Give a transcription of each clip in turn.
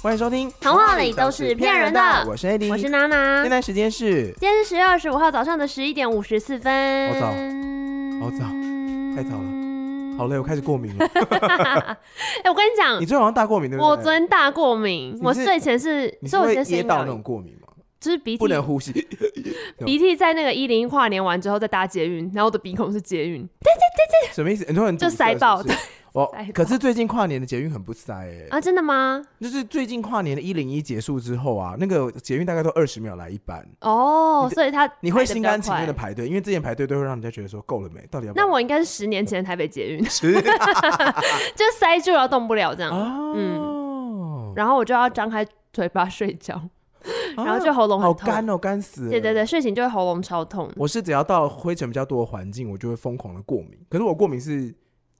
欢迎收听《童话里都是骗人的我是 AD，我是娜娜现。在时间是今天是十月二十五号早上的十一点五十四分。好早嗯好早太早了好累，我开始过敏了。 哎、我跟你讲你，最近好像大过敏对不对？我昨天大过敏你，是我睡前是，你是所以我会觉得声噎音到有那种过敏吗？就是鼻涕不，能 呼吸，鼻涕在那个一零一跨年完之后再搭捷运，然后我的鼻孔是捷运什么意思？很多人就塞爆的。我 塞爆可是最近跨年的捷运很不塞哎，啊，真的吗？就是最近跨年的一零一结束之后啊，那个捷运大概都二十秒来一班，哦你，的所以他你会心甘情愿的排得比较快。排队，因为之前排队都会让人家觉得说够了没，到底要不要那我应该是十年前的台北捷运， 吃 就塞住了动不了这样，哦，然后我就要张开嘴巴睡觉，啊然后就喉咙好很痛。干哦，干死了。对对对，睡醒就会喉咙超痛，我是只要到灰尘比较多的环境，我就会疯狂的过敏。可是我过敏是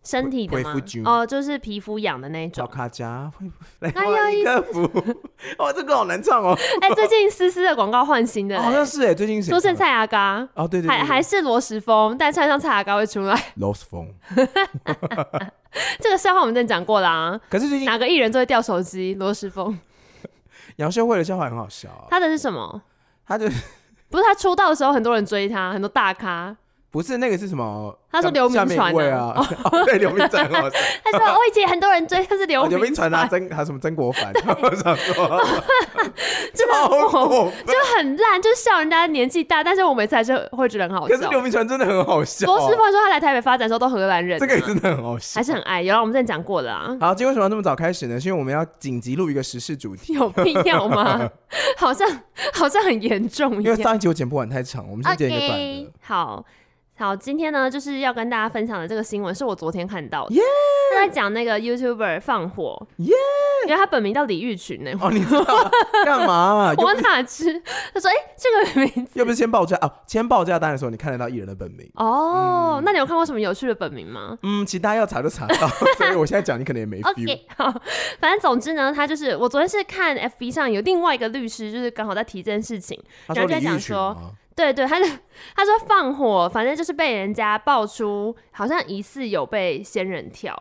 身体的恢吗复菌？哦，就是皮肤痒的那一小种。卡夹，会 来哎呦换一一个福。哦，这个好难 唱哦，哎，最近思思的广告换新的好像嘞，是哎，最近谁出现唱的蔡阿嘎，哦，对对还对，还是罗时峰，但穿上蔡阿嘎会出来。 Lost Phone。这个笑话我们之前讲过啦、可是最近哪个艺人最会掉手机？罗时峰，哦杨秀慧的笑话很好笑啊，他的是什么？他就是 不是他出道的时候很多人追他，很多大咖。不是那个是什么？他说刘铭下面传一位啊， 哦，对，刘铭传很好笑。他 说我以前很多人追，他是 刘哦刘明铭传啊，曾还有什么曾国 藩，我想说，超过分。就很烂，就笑人家年纪大，但是我每次还是会觉得很好可是笑。刘铭传真的很好笑啊，罗时峰说他来台北发展的时候都荷兰人、这啊，个也真的很好笑还。是很爱。有啦，我们之前讲过了啊。好，今天为什么要那么早开始呢？是因为我们要紧急录一个时事主题， 有必 要吗？好像好像很严重因一为样。上一集我剪不完太长，我们先剪一个短的。好好，今天呢就是要跟大家分享的这个新闻是我昨天看到的，他在讲那个 YouTuber 放火，耶因为他本名叫李玉群呢、 哦，你知道 干嘛？啊又 我哪知？他说：“哎、这个 名字又不是先报价哦，先报价单的时候你看得到艺人的本名。哦，那你有看过什么有趣的本名吗？”嗯，其他要查就查到， 所以我现在讲你可能也没 feel。 OK，好，反正总之呢，他就是我昨天是看 FB 上有另外一个律师，就是刚好在提这件事情，他然说后李就在玉讲群说吗对对，他就 他说放火，反正就是被人家爆出好像疑似有被仙人跳。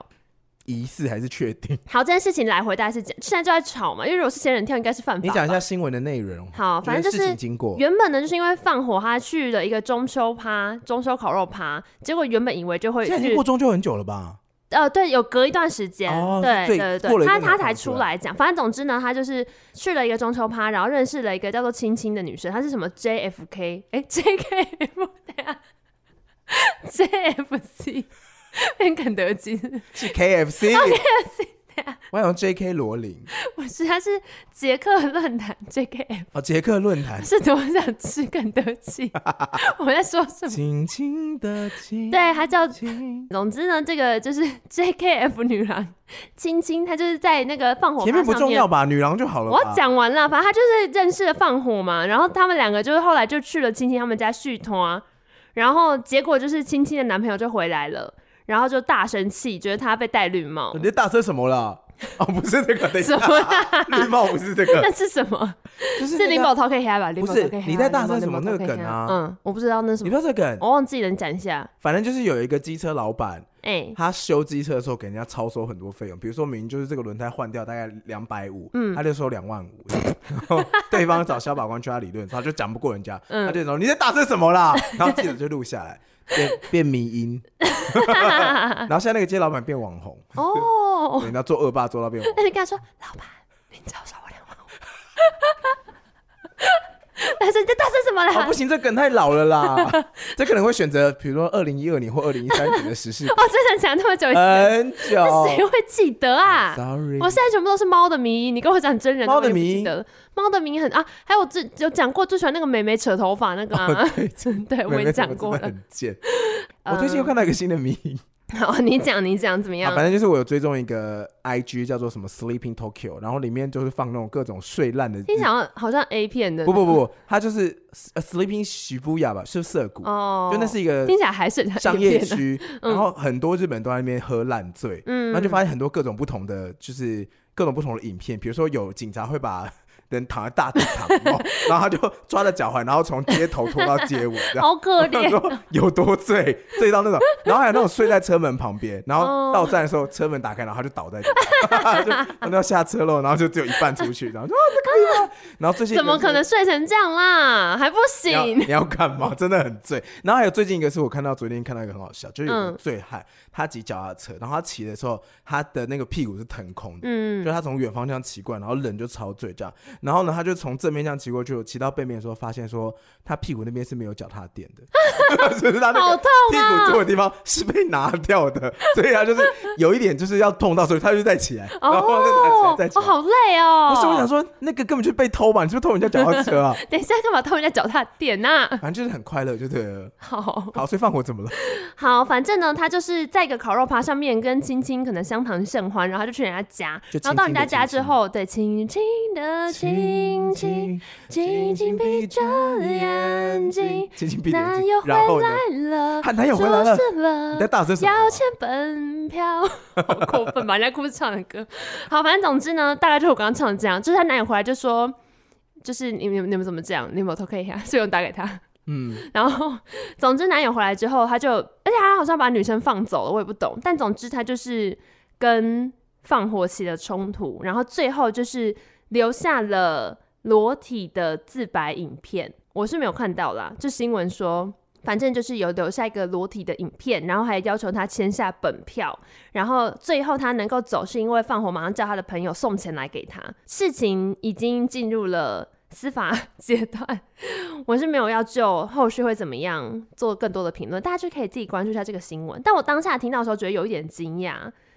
疑似还是确定？好，这件事情来回大概是讲，现在就在吵嘛，因为如果是仙人跳，应该是犯法吧。你讲一下新闻的内容。好，哦反正就事是情经过。原本呢，就是因为放火，他去了一个中秋趴、中秋烤肉趴，结果原本以为就会现在已经过中秋很久了吧？呃，对，有隔一段时间，哦对最对过了对，一他阵子他才才出出来来讲。反正总之呢，他就是去了一个中秋趴，然后认识了一个叫做青青的女生，她是什么 JFK？哎，JKF 等下 JFC 变肯德基，是 KFC。我 想 J.K. 罗琳 不是，她是捷克论坛 JKF，哦，捷克论 坛，是多想吃肯德基？ 我在说什么？轻轻的轻，对，她叫轻总之呢，这个就是 JKF 女郎青青，她就是在那个放火前面趴不上重要吧？女郎就好了吧。我要讲完了，反正他就是认识了放火嘛，然后他们两个就是后来就去了青青他们家续托、然后结果就是青青的男朋友就回来了，然后就大生气，觉得他被戴绿帽 哦你，在大车什么啦？哦，不是这 个，等一下什么， 绿帽不是这个，那是什么？啊 就是那是个林宝涛可以黑啊吧？林不宝是涛可以黑你吧在大声什林宝么林那宝涛个可以黑梗吧啊嗯，我不知道那是什你么，不知道这个梗，我忘记了，你讲一下。反正就是有一个机车老板， 哎、他修机车的时候给人家超收很多费用，比如说明明就是这个轮胎换掉大概两百五，嗯他就收两万五，然后对方找消保官去他理论，他就讲不过人家，嗯他就说你在大声什么啦？ 然后记者就录下来，变变迷音， 然后现在那个街老板变网 红，哦，人家做恶霸做到变网红，那你跟他说，老板，你只要少我两万五。 但是你在大声什么哦，啦？不行，这梗太老了啦，这可能会选择比如说二零一二年或二零一三年的时事，哦，真的讲那么久以前。很那 谁久。会记得啊？哦 Sorry，我现在全部都是猫的迷，你跟我讲真人，猫的我也不迷记得了猫的迷很啊，还有最有讲过最喜欢那个美眉扯头发那个啊， 对我妹也妹讲真的过了。很贱。嗯我最近又看到一个新的迷因， 好，你讲你讲怎么啊样？反正就是我有追踪一个 IG 叫做什么 Sleeping Tokyo，然后里面就是放那种各种睡烂的日。听起来好像 A 片的不不不，它就是 S- 呃 Sleeping 徐布雅吧，是涩谷，哦，就那是一个听起来还是很像商 A 业片的，区，嗯然后很多日本人都在那边喝烂醉，嗯然后就发现很多各种不同的，就是各种不同的影片，比如说有警察会把 人躺在大地躺，有没有然后他就抓着脚踝，然后从街头拖到街尾，这样。好哦可 我想怜。说有多醉，醉到那种，然后还有那种睡在车门旁边，然后哦到站的时候车门打开，然后他就倒在地上， 就他就要下车喽，然后就只有一半出去，然后就啊这可以吗？然后最近怎么有一个可能睡成这样啦？还不你要行你要干嘛？真的很醉。然后还有最近一个是我看到昨天看到一个很好笑，就是有个嗯醉汉，他骑脚踏车，然后他骑的时候，他的那个屁股是腾空的，嗯就他从远方向骑过来，然后人就超醉这样。然后呢，他就从正面这样骑过去，骑到背面的时候，发现说他屁股那边是没有脚踏垫 的，所以他那好个痛屁啊股坐的地方是被拿掉的，所以他就是有一点就是要痛到，所以他就再起来， 然后再拿起来哦再，起哦，来。好累哦。不是，我想说那个根本就被偷吧？你是不是偷人家脚踏车啊？等一下干嘛偷人家脚踏垫呐、反正就是很快乐，就对了。 好好，所以放火怎么了？好，反正呢，他就是在一个烤肉趴上面跟青青可能相谈甚欢，然后他就去人家家，就然后到轻轻人地家家之亲亲后，对，轻轻的亲亲，轻轻闭着眼睛，轻轻闭着眼男睛友，回然后呢？来了，啊男友回来了哎就是了你在大声什么啊？要签本票， 好过分吧？人家故事唱的歌，好，反正总之呢，大概就是我刚刚唱的这样，就是她男友回来就说，就是你们你们怎么这样？你有没有偷看一下？所以我打给他，嗯，然后总之男友回来之后，他就，而且他好像把女生放走了，我也不懂，但总之他就是跟放火起了冲突，然后最后就是留下了裸体的自白影片，我是没有看到啦，就新闻说。反正就是有留下一个裸体的影片，然后还要求他签下本票，然后最后他能够走，是因为放火马上叫他的朋友送钱来给他。事情已经进入了司法阶段，我是没有要就后续会怎么样做更多的评论，大家就可以自己关注一下这个新闻。但我当下听到的时候，觉得有一点惊讶，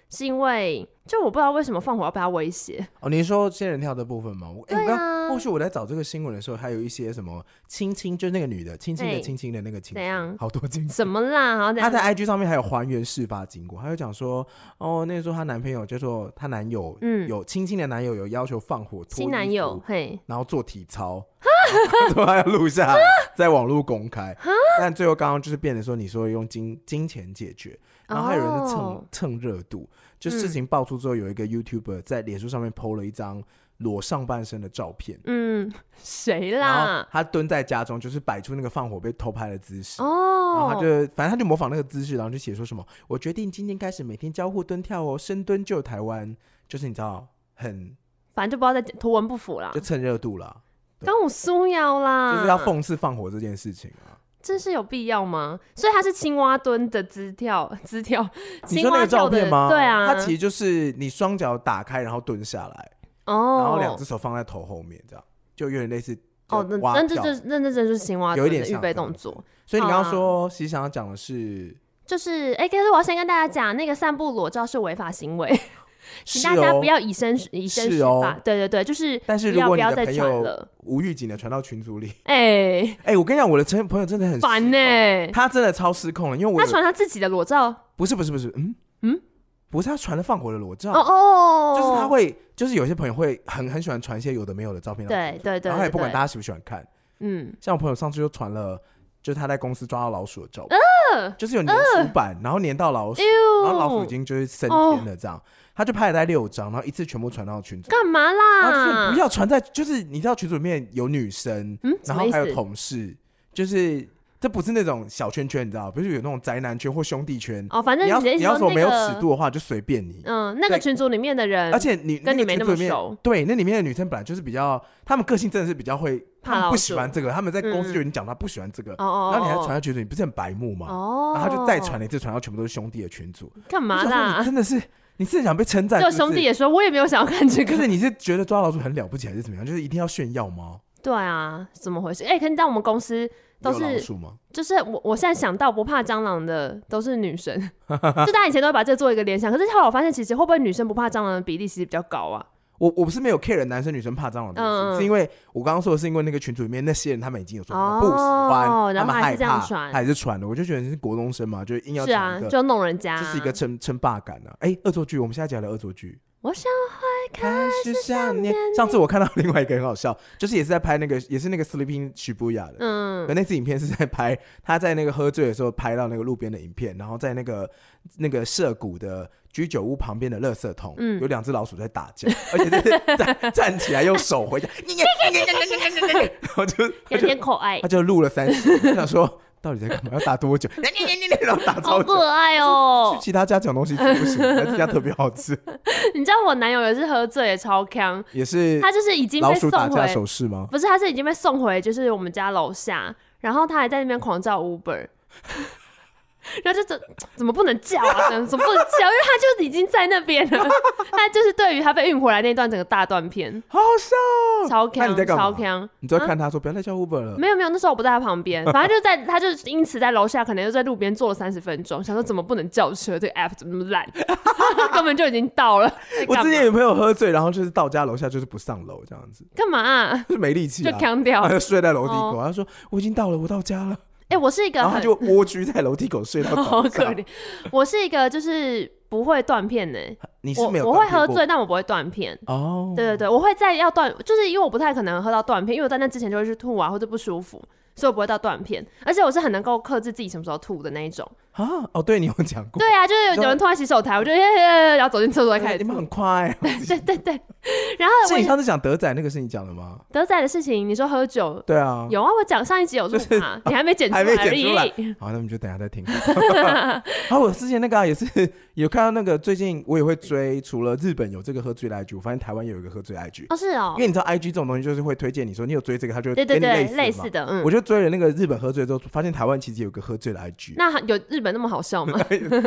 是因为就我不知道为什么放火要被他威胁。哦，您说仙人跳的部分吗？我哎，我对刚啊，后续我在找这个新闻的时候，还有一些什么亲亲，就是那个女的亲亲的哎亲亲的那个亲，怎样好多亲亲。什么啦？好，等她一在下 IG 上面还有还原事发经过，她就讲说，哦，那时候她男朋友叫做她男友，嗯有亲亲的男友有要求放火脱新男衣友服，嘿，然后做体操， 说他要录下来，在网络公开，但最后刚刚就是变得说，你说用金金钱解决，然后还有人是蹭、哦嗯蹭热度，就事情爆出之后，有一个 YouTuber 在脸书上面 PO 了一张裸上半身的照片，嗯， 谁然后啦？他蹲在家中，就是摆出那个放火被偷拍的姿势。然后哦，他就，反正他就模仿那个姿势，然后就写说什么：“我决定今天开始每天交互蹲跳哦，深蹲救台湾。”就是你知道，很反正就不知道在图文不符啦就，蹭热度啦，跟我苏瑶啦，就是要讽刺放火这件事情啊。这是有必要吗？所以他是青蛙蹲的姿跳， 姿跳，你青说那蛙个跳照的，片吗？对啊，它其实就是你双脚打开，然后蹲下来，哦，然后两只手放在头后面，这样就有点类似哦，那蛙那这跳。就是那那这就是青蛙有一蹲点的预像备这样动子作，所以你刚刚啊说，其实想要讲的是，就是哎，可是我要先跟大家讲，那个散步裸照是违法行为，请是 大家哦不，要以身以身是试法哦。对对对，就是但是不如要果不你要的再朋传友了，无预警的传到群组里，哎，哎，我跟你讲，我的朋朋友真的很烦呢。哦他真的超失控了，因为我他有传他自己的裸照，哦不是不是不是，嗯嗯，不是他传了放火的裸照，哦哦，就是他会，就是有些朋友会很很喜欢传一些有的没有的照片到群对组，对对，然后也不管对大，家喜不喜欢看，嗯，像我朋友上次就传了，就是他在公司抓到老鼠的照片，嗯就是有粘鼠板，然后粘到老鼠，然后老哦鼠已经就是升天了这样，他就拍了大概六张，然后一次全部传到群组，干嘛然后就说啦？不要传在，就是你知道群组里面有女生，嗯，什然么后意还有思？同事，就是这不是那种小圈圈，你知道，不是有那种宅男圈或兄弟圈，哦，反正你要你的意你思要说说那没有个尺度的话就随便你，嗯，那个对群组里面的人，而且你跟你没那么个群组里面熟对，那里面的女生本来就是比较，她们个性真的是比较会，她怕们老不喜鼠欢这个，她们在公司嗯就已经讲她不喜欢这个，哦哦，然后你还哦传，到群组，你不是很白目吗？哦，然后他就再传了一次，传到全部都是兄弟的群组。干嘛我想说你啦？真的是，你是想被称赞？就不是是兄弟，也说，我也没有想要看这可个。是你是觉得抓老鼠很了不起，还是怎么样？就是一定要炫耀吗？对啊，怎么回事？哎、可是在我们公司都有老是，鼠吗？就是我我现在想到不怕蟑螂的都是女 生，就大家以前都会把这做一个联想，可是后来我发现，其实会不会女生不怕蟑螂的比例其实比较高啊？我我不是没有 care 男生女生怕蟑螂的东嗯西，嗯是因为我刚刚说的是因为那个群组里面那些人他们已经有说他们哦不喜欢，然后他们还害是这样怕，传还是传的。我就觉得你是国中生嘛，就硬要是啊传一，个，就弄人家、啊这是一个称称霸感啊。哎，恶作剧，我们现在讲的恶作剧，我想开始想念。上次我看到另外一个很好笑，就是也是在拍那个，也是那个 Sleeping Shibuya 的，嗯可那次影片是在拍他在那个喝醉的时候拍到那个路边的影片，然后在那个那个涉谷的居酒屋旁边的垃圾桶，嗯有两只老鼠在打架，而且 是站站起来用手回家， 然后就他有就点可爱他，就录了三十，我想说到底在干嘛？要打多久？然后打好 超久。可爱哦、 去其他家讲东西吃不行，但是家特别好 吃，你知道我男友也是喝醉也超强，也是他就是已经老被鼠送打架回，手势 吗？不是，他是已经被送回就是我们家楼下，然后他还在那边狂叫 Uber。然后就怎怎么不能叫啊？怎么怎么不能叫？因为他就是已经在那边 了。他就是对于他被运回来那段整个大断片，好好笑哦！超那强你在干超嘛？强。你都在看他说不要再叫 Uber 了。没有没有，那时候我不在他旁边，嗯反正就在，他就因此在楼下，可能就在路边坐了三十分钟，想说怎么不能叫车，这个 app 怎么那么烂， 根本就已经到了。在我干之前嘛有朋友喝醉，然后就是到家楼下就是不上楼这样子，干嘛啊？就是没力气、就啊，扛掉然后。就睡在楼梯口。哦他说我已经到了，我到家了，哎，我是一个然后他很就蜗居在楼梯口睡到 好早 可上。怜，我是一个就是不会断片的、你是我没有我会断片喝过醉，但我不会断片。哦，对对对，我会在要断，就是因为我不太可能喝到断片，因为我在那之前就会去吐啊或者不舒服，所以我不会到断片。而且我是很能够克制自己什么时候吐的那一 种。啊，哦，对你有讲过，对啊，就是有有人突然洗手台，我就耶 耶耶，然后走进厕所再开哎你始们吐很。快、 对对对，然后是我你也上次讲德仔那个是你讲的吗？德仔的事情，你说喝酒对啊，有啊？我讲上一集有录 就是嘛，你还没剪出还没来而剪出来已。好，那我们就等一下再听。 啊，我之前那个、啊、也是 有看到那个，最近我也会追，除了日本有这个喝醉的 IG，我发现台湾也有一个喝醉 IG，哦，是哦因，为你知道 IG 这种东西就是会推荐你说你有追这个，他就会对对跟你对，类类嘛似的，嗯我。就追了那个日本喝醉之后，发现台湾其实有个喝醉的 IG，那有日本那么好 笑吗？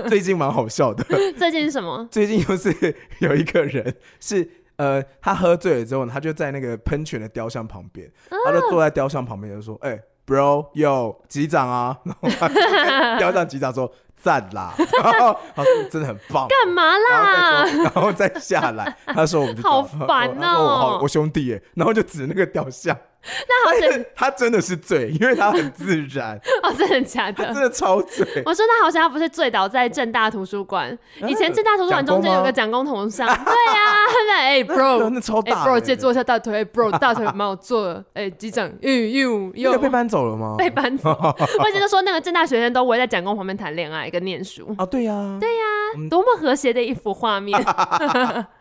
最近蛮好笑的。最近是什么？最近又是 有一个人是呃，他喝醉了之后呢，他就在那个喷泉的雕像旁边，嗯他就坐在雕像旁边就说：“哎、b r o 有击掌啊！” 然后他就在雕像击掌说：“赞啦！” 然后他说：“真的很棒。”干嘛然后啦再？说，然后再下 来，他说我们就好走了烦他说我好哦我兄弟耶，然后就指那个雕像，那好想他真的是醉，因为他很自 然，哦，真的假他 真的？的超醉，我说那好像他不是醉倒在正大图书馆，啊以前正大图书馆中间有个蒋公铜像，对啊，他们哎真 bro，的超哎大的。 bro 借坐下大腿，哎 bro 大腿蛮好坐的，哎机长 又又那又个被搬走了吗？被 搬走，我一直都说那个正大学生都围在蒋公旁边谈恋爱跟念书，啊，对呀、对呀、多么和谐的一幅画面。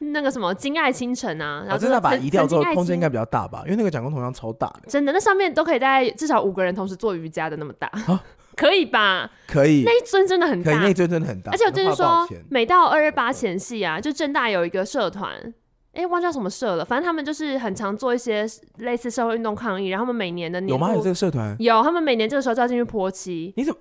那个什么《金爱倾城》啊，然我后哦真的把它曾移掉之后，曾经爱空间应倾该比较大吧？因为那个蒋公铜像超大的，真的，那上面都可以大概至少五个人同时做瑜伽的那么大，啊可以吧？可以，那一尊真的很可以，大那，一尊真的很大，而且我就是那花了多少说钱，每到二二八前夕啊，就正大有一个社团。哎，忘叫什么社了，反正他们就是很常做一些类似社会运动抗议，然后他们每年的年有吗？度有这个社团？有他们每年这个时候就要进去泼漆，你怎么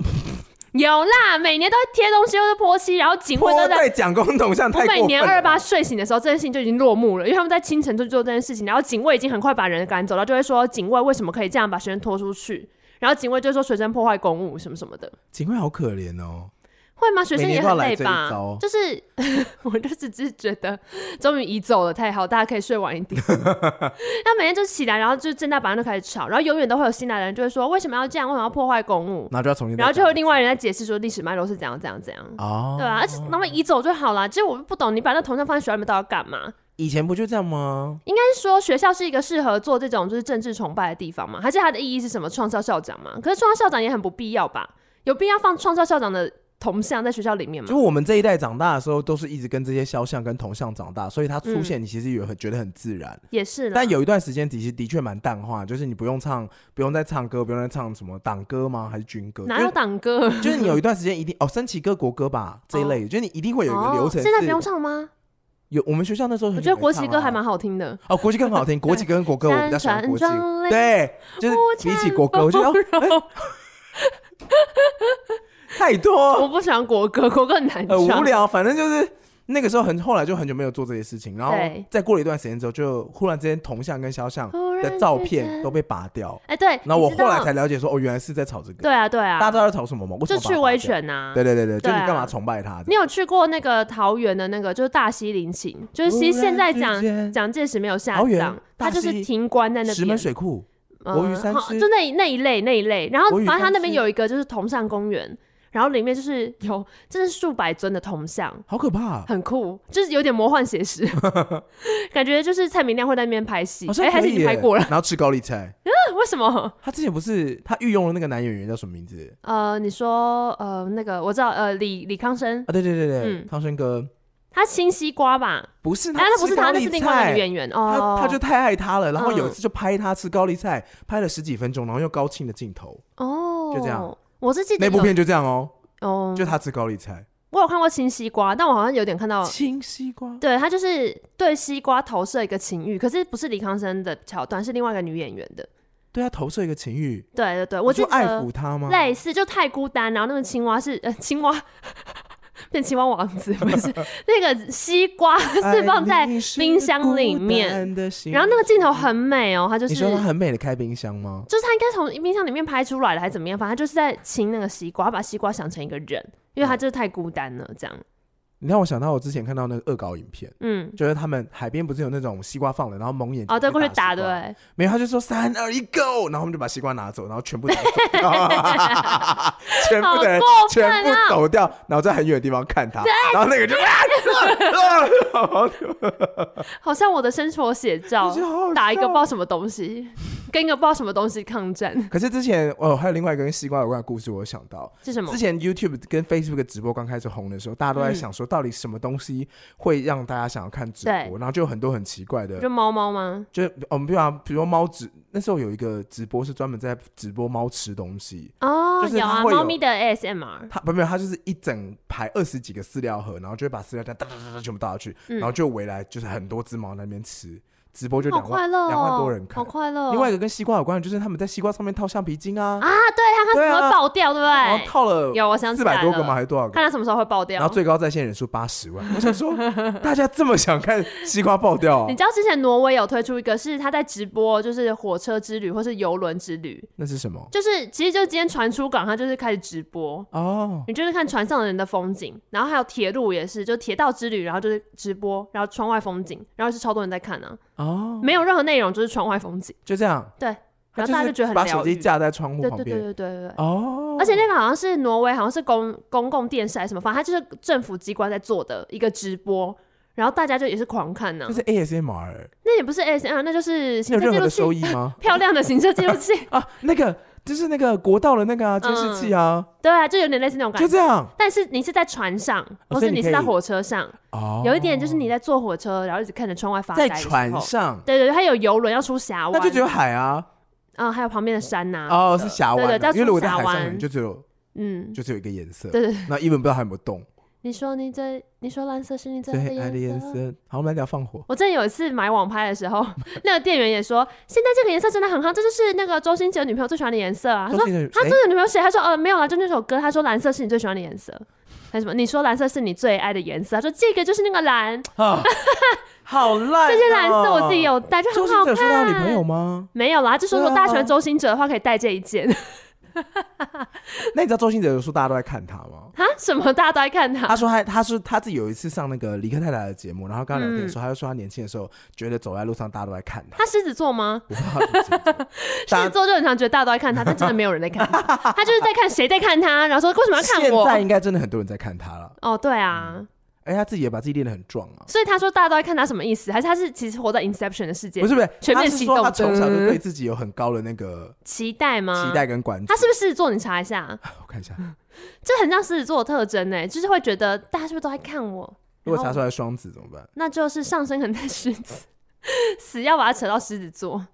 有啦，每年都会贴东西，都是泼漆，然后警卫泼都在。对蒋公铜像我太每过分年二了吧？八睡醒的时候，这件事情就已经落幕了，因为他们在清晨就做这件事情，然后警卫已经很快把人赶走了，就会说警卫为什么可以这样把学生拖出去？然后警卫就说学生破坏公务什么什么的，警卫好可怜哦，会吗？学生每也年都要很来累这一吧招？就是呃我就只是觉得终于移走了，太好，大家可以睡晚一点。他每天就起来，然后就正大晚上就开始吵，然后永远都会有新来的人就会说为什么要这样，为什么要破坏公 务？那就要重新再讲一然后次，就有另外人在解释说历史脉络是怎样怎样怎样。哦，对啊，而且那么移走就好啦。其实我不懂，你把那铜像放在学校里面到底要干嘛？以前不就这样吗？应该是说学校是一个适合做这种就是政治崇拜的地方嘛？还是它的意义是什么？创校校长嘛？可是创校校长也很不必要吧？有必要放创校校长的铜像在学校里面吗就？我们这一代长大的时候，都是一直跟这些肖像跟铜像长大，所以它出现，你其实也很觉得很自然。也嗯是啊啦但。有一段时间，其实的确蛮淡化，就是你不用唱，不用再唱歌，不用再唱什么党歌吗？还是军歌？哪有党歌？ 就是你有一段时间一定哦，升旗歌、国歌吧这一类，就是你一定会有一个流程是。哦现在不用唱吗？有我们学校那时候很我久觉得没国唱旗了歌啊还蛮好听的。哦，国旗歌很好 听，国旗歌跟国歌我比较喜欢国旗山川壮歌。丽对，就是比起国歌，我觉得、哦、太 我 多不喜欢国歌，国歌很难很唱。无聊，反正就是。那个时候很，后来就很久没有做这些事情，然后对再过了一段时间之后，就忽然之间铜像跟肖像忽然的照之片间都被拔掉，哎，对，然后我你知后来道才了解说，哦，原来是在吵这个。对啊，对啊，大家知道在吵什么吗？为什就么把它去拔威掉。权呐、对对对对，就对你啊干嘛崇拜他？你有去过那个桃园的那个，就是大溪林寝，就是其实现在忽然讲之间蒋介石没有下桃园葬，大他溪就是停官在那石边门，水库，嗯国语三好师就那一那一类那一类。然后国语反正他三那边师有一个就是铜山公园，然后里面就是有 这是数百尊的铜像，好可怕、啊！很酷，就是有点魔幻 写实，感觉就是蔡明亮会在那边拍戏。好哎、像还可是以你耶拍过了？ 然后吃高丽菜。为什么？他之前不是他御用的那个男演员叫什么名字呃，你说呃那个我知道，呃李李康生，啊？对对对对，嗯康生哥他青西瓜吧？不是那他，那不是他，那是另外一个演。演员他哦。他就太爱他了，然后嗯有一次就拍他吃高丽菜，拍了十几分钟，然后用高清的镜头，哦，就这样。我是记得那部有片就这样哦，哦，就他吃高丽菜，我有看过青西瓜，但我好像有点看到青西瓜，对他就是对西瓜投射一个情欲，可是不是李康生的桥段，是另外一个女演员的。对他投射一个情欲，对对对，你我记就爱得抚他吗？类似就太孤单，然后那个青蛙是呃青蛙变青蛙王子不 是那个西瓜哎 是放在，冰箱里面，然后那个镜头很美哦，它就是你说他很美的开冰箱吗？就是他应该从冰箱里面拍出来的，还是怎么样？反正他就是在亲那个西瓜，把西瓜想成一个人，嗯因为他就是太孤单了，这样。你让我想到我之前看到那个恶搞影片，嗯，就是他们海边不是有那种西瓜放了，然后蒙眼哦，对，睛过去打西打对瓜不，对，没有他就说三二一 go，然后我们就把西瓜拿走，然后全部走 全部的人、好过分啊全部走掉，然后在很远的地方看他，然后那个人就啊，啊 啊好像我的生活写照我觉得好好，打一个笑不知道什么东 西，跟一个不知道什么东西抗战可是之前哦，还有另外一个跟西瓜有关的故事，我想到是什么嗯之？前 YouTube 跟 Facebook 直播刚开始红的时候，大家都在想说，到底什么东西会让大家想要看直对播，然后就有很多很奇怪的就猫猫吗？就是我们比方，比如说猫直，那时候有一个直播是专门在直播猫吃东西，哦就，是有啊，它会有猫咪的 ASMR，它不没有，它就是一整排二十几个饲料盒，然后就会把饲料袋哒哒哒哒全部倒下去，嗯然后就围来就是很多只猫在那边吃，直播就好两快万乐哦，两万多人看好。快乐哦。另外一个跟西瓜有关的，就是他们在西瓜上面套橡皮筋啊，啊，对，它它对怎啊么会爆掉？对不然后对？套了有，我想起四来百了，多个吗？还是多少个看？它什么时候会爆掉然后。最高在线人数八十万，我想说，大家这么想看西瓜爆掉、啊 你，知道之前挪威有推出一个是他在直播，就是火车之旅或是游轮之旅，那是什么？就是其实就今天船出港，他就是开始直播，哦，你就是看船上的人的风景，然后还有铁路也是，就铁道之旅，然后就是直播，然后窗外风景，然后是超多人在看啊，哦，没有任何内容，就是窗外风景，就这样。对，他然后大家是就觉得很把疗手机愈架在窗户对旁对边，对对对对对。哦，而且那个好像是挪威，好像是公公共电视还是什么，反正它就是政府机关在做的一个直播，然后大家就也是狂看呢、就是 ASMR，欸那也不是 ASMR，那就是你有行车任何记录的器收益吗？ 漂亮的行车记录器， 啊，那个就是那个国道的那个啊监视器啊，嗯对啊，就有点类似那种感就觉。这样但是你是在船上，或所以是你你可是以在火车上，哦。有一点就是你在坐火车，然后一直看着窗外发在呆的时候船，上，对对对，还有游轮要出那峡湾，就只有海啊，嗯，还有旁边的山呐，哦是峡湾对啊，对叫因为如果在出峡海上，湾可能就只有嗯，就只有一个颜色。对对对，那英文不知道还有没有动，你说你最，你说蓝色是你最爱的最爱的颜颜色。色。好，我们来聊放火。我真的有一次买网拍 的时候，那个店员也说，现在这个颜色真的很夯，这就是那个周星驰的女朋友最喜欢的颜色啊。他周说星驰他 哎真的女朋友谁？他说呃没有啦，就那首歌。他说蓝色是你最喜欢的颜色，还是什么？你说蓝色是你最爱的颜色？他说这个就是那个蓝， 啊，好烂哦。这些蓝色我自己有带，就周很星好驰有说他看。有女朋友吗？没有啦，他就说如果对啊大家喜 欢周星哲的话，可以带这一件 那你知道周星驰有说大家都在看他吗？啊？什么大家都在看他 他说他他说他自己有一次上那个李克太太的节目，然后跟他聊天嗯的时候，他就说他年轻的时候觉得走在路上大家都在看他。他狮子座吗？我不知道他是不是真的 狮子大家座就很常觉得大家都在看他，但真的没有人在看他，他就是在看谁在看他，然后说为什么要看现在我？应该真的很多人在看他了，哦，对啊，而且他自己也把自己练得很壮啊。所以他说大家都在看他什么意思？还是他是其实活在 Inception 的世界不？是不是，全面他是启说动他从小就对自己有很高的那个期待吗？期待。跟关注嗯他。是不是狮子座？你查一下，我看一下，这很像狮子座的特征呢，就是会觉得大家是不是都在看我？如果然后查出来双子怎么办？那就是上升很在狮子， 死要把它扯到狮子座，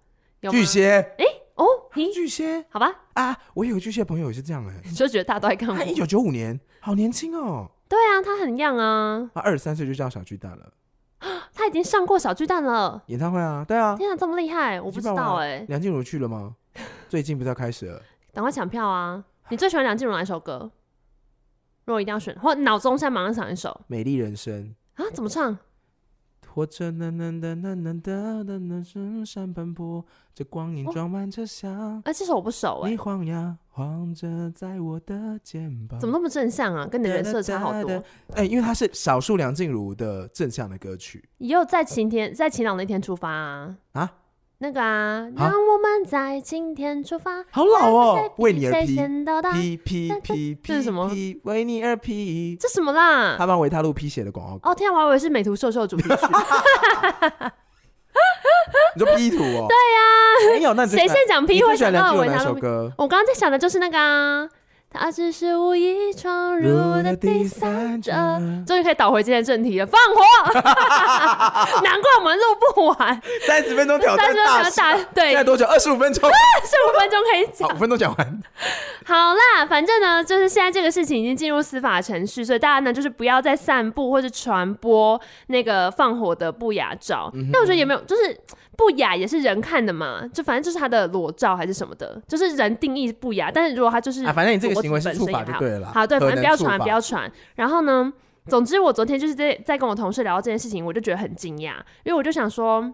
有吗巨蟹，哦，咦，巨蟹好吧，啊！我有个巨蟹朋友也是这样哎，你就觉得大家都在看他一我。九九五年，好年轻哦，对啊，他很样啊，他二十三岁就叫小巨蛋了，他已经上过小巨蛋了。演唱会啊，对啊，天啊，这么厉害，我你不去知报啊道吗哎、梁静茹去了吗？最近不是要开始了？赶快抢票啊！你最喜欢梁静茹哪一首歌？如果一定要选，或脑中现在马上想一首美丽人生。啊？怎么唱？拖着暖暖的、暖暖的、暖暖身上奔波，这光影哦装满车厢。哎、这首我不熟哎、你晃呀晃着在我的肩膀。怎么那么正向啊？跟你的人设差好哒哒多哒。哎、因为它是少数梁静茹的正向的歌曲也有在晴天，在晴朗那天出发啊。啊。那个啊，啊让我们们在今天出发。好老哦，为你而谁劈先到达？劈劈劈这是什么劈，为你而劈。这什么啦？他帮维他露 P 写的广告歌，哦天啊，我还以为是美图秀秀主 题曲。你说 P 图哦？对呀，没有，那你最谁喜欢先讲你 P 最会喜欢想到梁静茹维哪他首露？歌？我刚刚在想的就是那个啊，他只是无意闯入的第三者。嗯终于可以倒回今天的正题了，放火！ 难怪我们录不完，三十分钟挑战但是为大啊什么师，打对现哎在多久？二十五分钟，十五分钟可以 讲好，。五分钟讲完。好啦，反正呢，就是现在这个事情已经进入司法程序，所以大家呢就是不要再散布或是传播那个放火的不雅照。嗯那、我觉得也没有，就是不雅也是人看的嘛，就反正就是他的裸照还是什么的，就是人定义不雅。但是如果他就是、啊，反正你这个行为是触法就好。对了啦。好，对，可反能正不要触传，法不要传。然后呢，总之我昨天就是在在跟我同事聊到这件事情，我就觉得很惊讶，因为我就想说，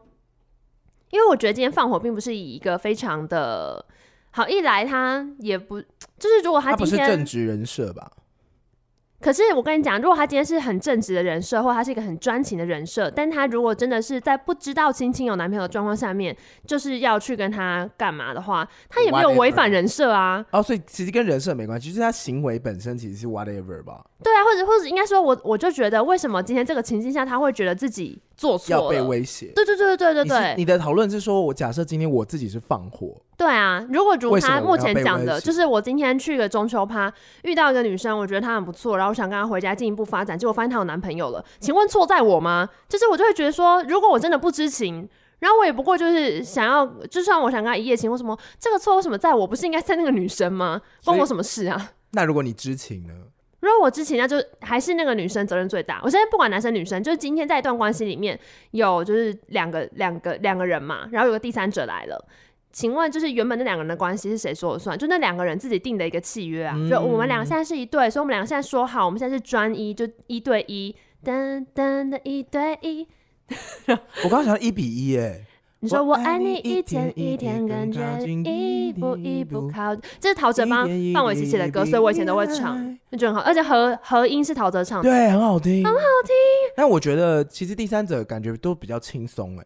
因为我觉得今天放火并不是以一个非常的好，一来他也不就是如果他他不今是正天，直人设吧？可是我跟你讲，如果他今天是很正直的人设，或他是一个很专情的人设，但他如果真的是在不知道青青有男朋友的状况下面，就是要去跟他干嘛的话，他也没有 Whatever 违反人设啊。哦，所以其实跟人设没关系，就是他行为本身其实是 whatever 吧，对啊，或者或者应该说我，我就觉得为什么今天这个情境下，他会觉得自己做错了？要被威胁。对对对对对你是对你的讨论是说，我假设今天我自己是放火，对啊！如果如为什么他我目要前被讲威的，胁就是我今天去一个中秋趴，遇到一个女生，我觉得她很不错，然后我想跟她回家进一步发展，结果发现她有男朋友了，请问错在我吗？就是我就会觉得说，如果我真的不知情。然后我也不过就是想要，就算我想跟她一夜情或什么，这个错为什么在我？不是应该在那个女生吗？所关以我什么事啊？那如果你知情呢？如果我知情，那就还是那个女生责任最大。我现在不管男生女生，就是今天在一段关系里面有就是两个两个两个人嘛，然后有个第三者来了。请问，就是原本那两个人的关系是谁说了算？就那两个人自己定的一个契约啊，嗯就我们俩现在是一对，所以我们俩现在说好，我们现在是专一，就一对一，噔噔的一对一。我刚刚想到一比一，哎，你说我我爱爱你你一一天天一一天，天感觉更靠近一一步一步步靠近。这是陶喆帮一点一范玮琪写的歌，滴所以我以前都会滴滴唱，就觉得很好，而且和和音是陶喆唱的。对，很好听，很好听。但我觉得其实第三者感觉都比较轻松，哎，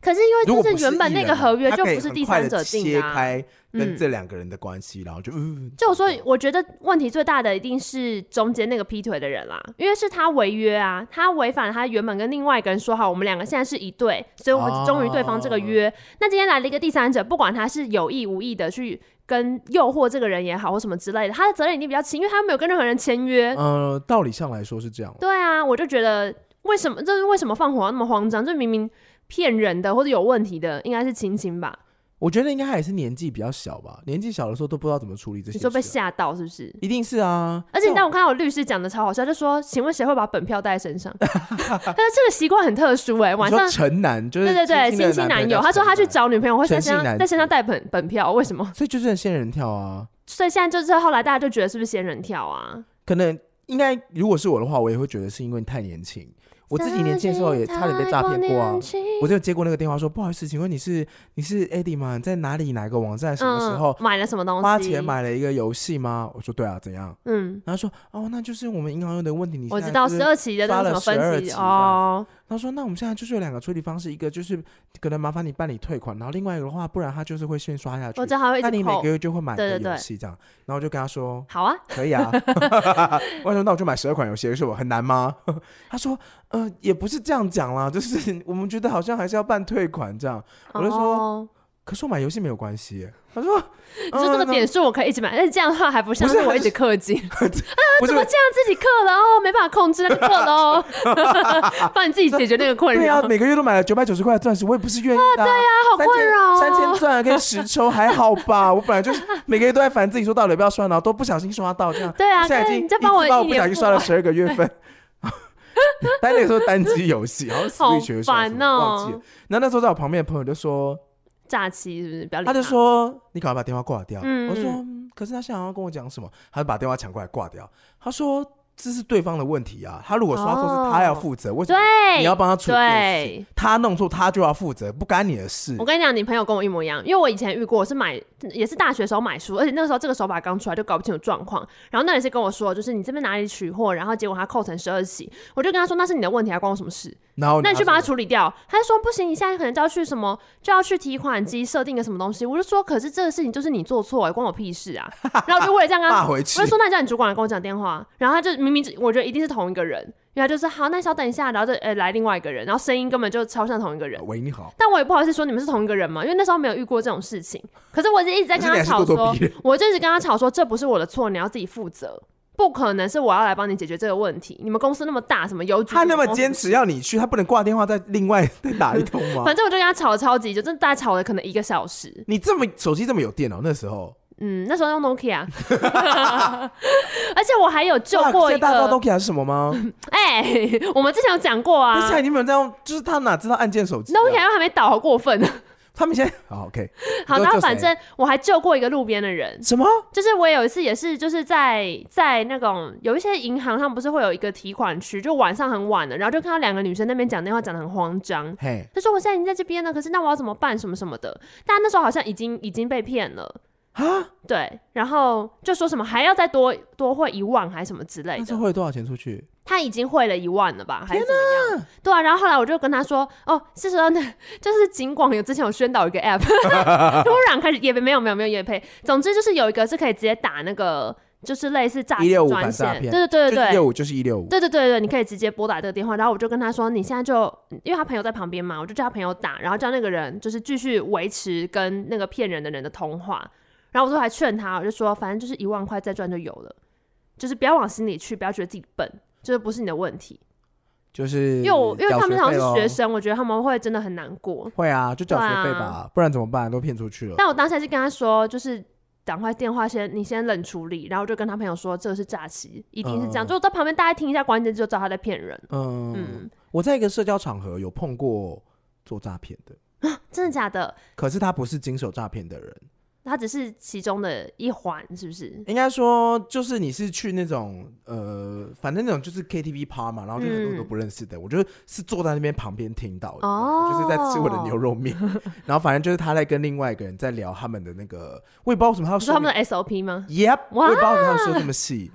可是因为如果就不是原本艺那人啊个合约他就可以不是很第快三地者定切的、啊，开嗯跟这两个人的关系，然后就嗯，就所以我觉得问题最大的一定是中间那个劈腿的人啦，因为是他违约啊，他违反了他原本跟另外一个人说好，我们两个现在是一对，所以我们哦忠于对方这个约。那今天来了一个第三者，不管他是有意无意的去跟诱惑这个人也好，或什么之类的，他的责任一定比较轻，因为他没有跟任何人签约。呃，道理上来说是这样，对啊，我就觉得为什么这是为什么放火要那么慌张？这明明骗人的或者有问题的，应该是亲亲吧？我觉得应该还是年纪比较小吧，年纪小的时候都不知道怎么处理这些你事啊。说被吓到是不是？一定是啊，而且你知道，像我看到我律师讲的超好笑，就说：“请问谁会把本票带在身上？” 他说：“这个习惯很特殊哎、你晚说上陈楠就是对对对，亲亲戚戚的男朋友，叫他说陈他去楠，找女朋友会在身诚信上男在身上带本本票，为什么？所以就是仙人跳啊。所以现在就是后来大家就觉得是不是仙人跳啊？可能应该如果是我的话，我也会觉得是因为你太年轻。我自己年轻的时候也差点被诈骗过啊。我就接过那个电话说，不好意思，请问你是你是 Eddie 吗？你在哪里哪个网站什么时候嗯，、买了什么东西？花钱？买了一个游戏吗？我说对啊，怎样？嗯，然后说哦，那就是我们银行有点问题，你我现在知道就是十二期的那个什刷么了12分期析这样子哦，他说：“那我们现在就是有两个处理方式，一个就是可能麻烦你办理退款，然后另外一个的话，不然他就是会先刷下去我。这还会一那直你每扣个。月就会买一对个对对游戏这样。”然后我就跟他说好啊，：“可以啊。”我说：“那我就买十二款游戏，是我很难吗？”他说：“呃，也不是这样讲啦，就是我们觉得好像还是要办退款这样。我就说哦，可是我买游戏没有关系耶。”他说：“你嗯说这个点数我可以一直买，但是这样的话还不像不是我一直氪金。不是怎么这样自己刻了哦？没办法控制，那就刻 了哦，帮你自己解决那个困对扰。啊，他每个月都买了九百九十块的钻石，我也不是愿意的啊、好困扰三千哦。钻可以十抽，还好 吧？我本来就是每个月都在烦自己，说到底要不要刷，然后都不小心刷到这样。对啊，现在已对，经你再帮我一直把我一不年小心刷了十二个月 份。但那个时候单机游戏，然后好 Switch 有什烦么忘记了哦。。然后那时候在我旁边的朋友就说，假期是不是？不要理他就说你赶快把电话挂掉。嗯我说，嗯可是他现在好像跟我讲什么，他就把电话抢过来挂掉。他说这是对方的问题啊。他如果刷错是他要负责，为什么对，你要帮他处理这件事？对，他弄错他就要负责，不干你的事我。跟你讲，你朋友跟我一模一样，因为我以前遇过，我是买也是大学时候买书，而且那个时候这个手法刚出来就搞不清楚状况。然后那也是跟我说，就是你这边哪里取货，然后结果他扣成十二起，我就跟他说那是你的问题，啊还关我什么事？然后那你去把它他处理掉。他就说不行，你现在可能就要去什么，就要去提款机设定个什么东西。我就说可是这个事情就是你做错、欸，关我屁事啊。然后我就为了这样跟他 骂回去我就，说那你叫你主管来跟我讲电话，然后他就明明就我觉得一定是同一个人，因为他就是好，那你稍等一下，然后就呃、来另外一个人，然后声音根本就超像同一个人。喂你好，但我也不好意思说你们是同一个人嘛，因为那时候没有遇过这种事情。可是我是一直在可跟是你他还是吵咄说，咄逼人。我就一直跟他吵说这不是我的错，你要自己负责，不可能是我要来帮你解决这个问题。你们公司那么大，什么邮局他那么公司坚持要你去，他不能挂电话再另 外再打一通吗？反正我就跟他吵得超级久，真的大概吵了可能一个小时。你这么手机这么有电哦，那时候嗯，那时候用 Nokia，而且我还有救过哇现在一大家知道个。 Nokia 是什么吗？哎、我们之前有讲过那啊现在已经没有人在用，就是他哪知道按键手机啊，Nokia 又还没倒，好过分。他们现在好 OK 好，你说然后救反谁正我还救过一个路边的人，什么？就是我有一次也是，就是在在那种有一些银行上不是会有一个提款区，就晚上很晚了，然后就看到两个女生那边讲电话讲的很慌张，嘿，她说我现在已经在这边了，可是那我要怎么办什么什么的，但那时候好像已经已经被骗了。啊，对，然后就说什么还要再多多汇一万还是什么之类那这的，汇多少钱出去？他已经汇了一万了吧，还是怎么样？对啊，然后后来我就跟他说，哦，是说那就是尽管有之前有宣导一个 app，突 然开始也没有没有没有也配，总之就是有一个是可以直接打那个就是类似诈骗165专反诈线，对骗对对对一对六。五就是一六五，对对对对，你可以直接拨打这个电话，然后我就跟他说，你现在就因为他朋友在旁边嘛，我就叫他朋友打，然后叫那个人就是继续维持跟那个骗人的人的通话，然后我就还劝他，我就说反正就是一万块再赚就有了，就是不要往心里去，不要觉得自己笨，这不是你的问题，就是因为我因为他们嗯缴学好费像是学咯，生，我觉得他们会真的很难过。会啊，就缴学费对吧啊，不然怎么办？都骗出去了。但我当下就跟他说，就是赶快电话先，你先冷处理，然后就跟他朋友说这个是诈欺，一定是这样。嗯就我在旁边大家听一下关键字就知道他在骗人。嗯嗯，，我在一个社交场合有碰过做诈骗的，真的假的？可是他不是经手诈骗的人，他只是其中的一环，是不是？应该说就是你是去那种呃，反正那种就是 KTV 趴嘛，然后就很多嗯都不认识的，我就是坐在那边旁边听到的，哦我就是在吃我的牛肉面，然后反正就是他在跟另外一个人在聊他们的那个，我也不知道为什么他要哦你说说他们的 SOP 吗？ Yep，我 哇也不知道为什么他要说这么细，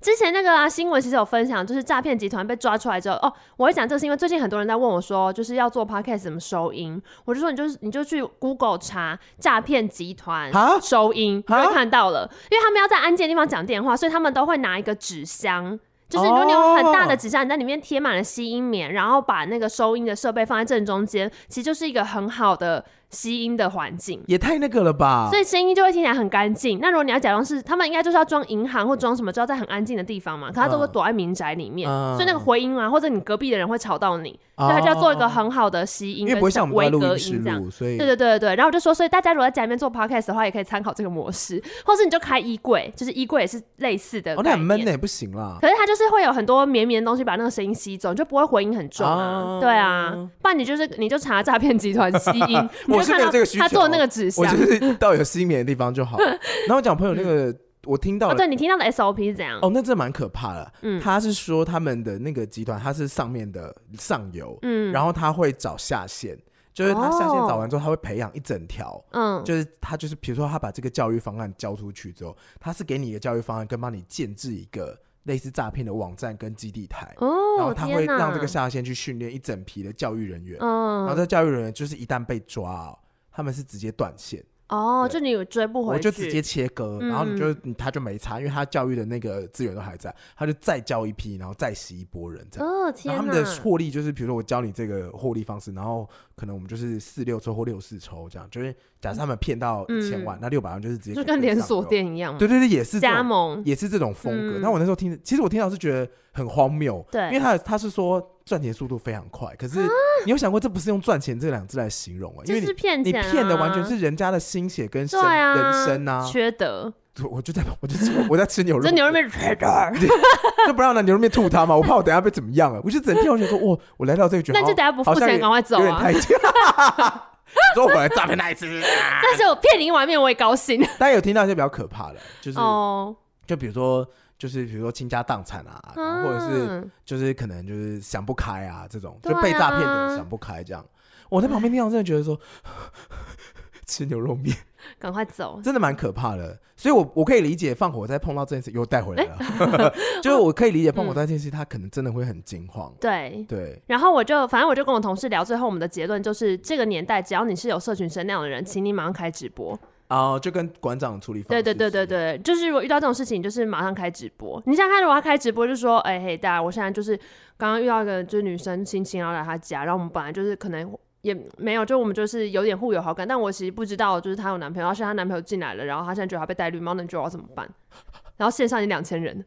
之前那个、啊、新闻其实有分享，就是诈骗集团被抓出来之后，哦，我会讲这个是因为最近很多人在问我说，就是要做 podcast 怎么收音，我就说你就是你就去 Google 查诈骗集团啊收音，你就啊会看到了，因为他们要在安静的地方讲电话，所以他们都会拿一个纸箱。就是如果你有很大的纸箱，你在里面贴满了吸音棉，然后把那个收音的设备放在正中间，其实就是一个很好的吸音的环境。也太那个了吧所？以声音就会听起来很干净。那如果你要假装是他们，应该就是要装银行或装什么，就要在很安静的地方嘛。可他都会嗯躲在民宅里面，嗯所以那个回音啊，或者你隔壁的人会吵到你，哦所以他就要做一个很好的吸音因为跟不会像我们微都在录音隔室音这样。录，所以对对对对对，然后我就说，所以大家如果在家里面做 podcast 的话，也可以参考这个模式，或是你就开衣柜，就是衣柜也是类似的哦，那概很闷念呢，不行啦。可是它就是会有很多绵绵的东西把那个声音吸走，你就不会回音很重啊。哦，对啊，不然你就是你就查诈骗集团吸音 你就我是看没有到这个需他做求的那个纸箱我，就是到有吸引的地方就好。然后我讲朋友那个，我听到哦，了，对你听到的 SOP 是怎样？哦，那真的蛮可怕的。嗯他是说他们的那个集团，他是上面的上游，嗯然后他会找下线，就是他下线哦找完之后，他会培养一整条。嗯，就是他，就是比如说他把这个教育方案交出去之后，他是给你一个教育方案，跟帮你建制一个类似诈骗的网站跟基地台，然后哦，他天会哪让这个下线去训练一整批的教育人员，然后嗯这教育人员就是一旦被抓哦，他们是直接断线。哦，就你有追不回我去，就直接切割，嗯然后你就你他就没差，因为他教育的那个资源都还在，他就再教一批，然后再洗一波人这样。哦然天后他哪们的获利就是，比如说我教你这个获利方式，然后可能我们就是四六抽或六四抽这样，就是假设他们骗到一千万，那六百万就是直接嗯就给跟对连上锁流，店一样嘛，对对对，也是这加种盟，也是这种风格。嗯那我那时候听，其实我听到是觉得很荒谬，因为对，啊他他是说赚钱速度非常快，可是你有想过这不是用赚钱这两个字来形容啊？因就为你是骗你钱啊，骗的完全是人家的心血跟生对啊，人生啊！缺德，我我就在我就吃我在吃牛肉这面，牛肉面就不让拿牛肉面吐他嘛，我怕我等下被怎么样啊了，我就整天我就说，哇，我来到这个觉得那好就等下不付好像钱，赶快走有点啊！太贱。 说我来诈骗那一次， 啊但是我骗你一碗面，我也高兴大家有听到一些比较可怕的，就是哦。就比如说就是比如说倾家荡产啊，然嗯，后或者是就是可能就是想不开啊，这种就对啊被诈骗的人想不开这样。我在旁边听到真的觉得说， 吃牛肉面赶快走，真的蛮可怕的，所以我我可以理解放火在碰到这件事又带回来哎了， 就是我可以理解放嗯火在这件事，他可能真的会很惊慌。对。对，然后我就，反正我就跟我同事聊，最后我们的结论就是，这个年代，只要你是有社群声量的人，请你马上开直播。然、后哦就跟馆长处理方对式对对是一对样对，就是如果遇到这种事情，就是马上开直播。你想想看，如果他开直播，就说，哎、嘿，大家，我现在就是刚刚遇到一个就是女生亲戚，然后来她家，然后我们本来就是可能也没有，就我们就是有点互有好感，但我其实不知道就是她有男朋友，然后现在她男朋友进来了，然后她现在觉得她被戴绿帽，那你觉得我要怎么办？然后线上已经两千人，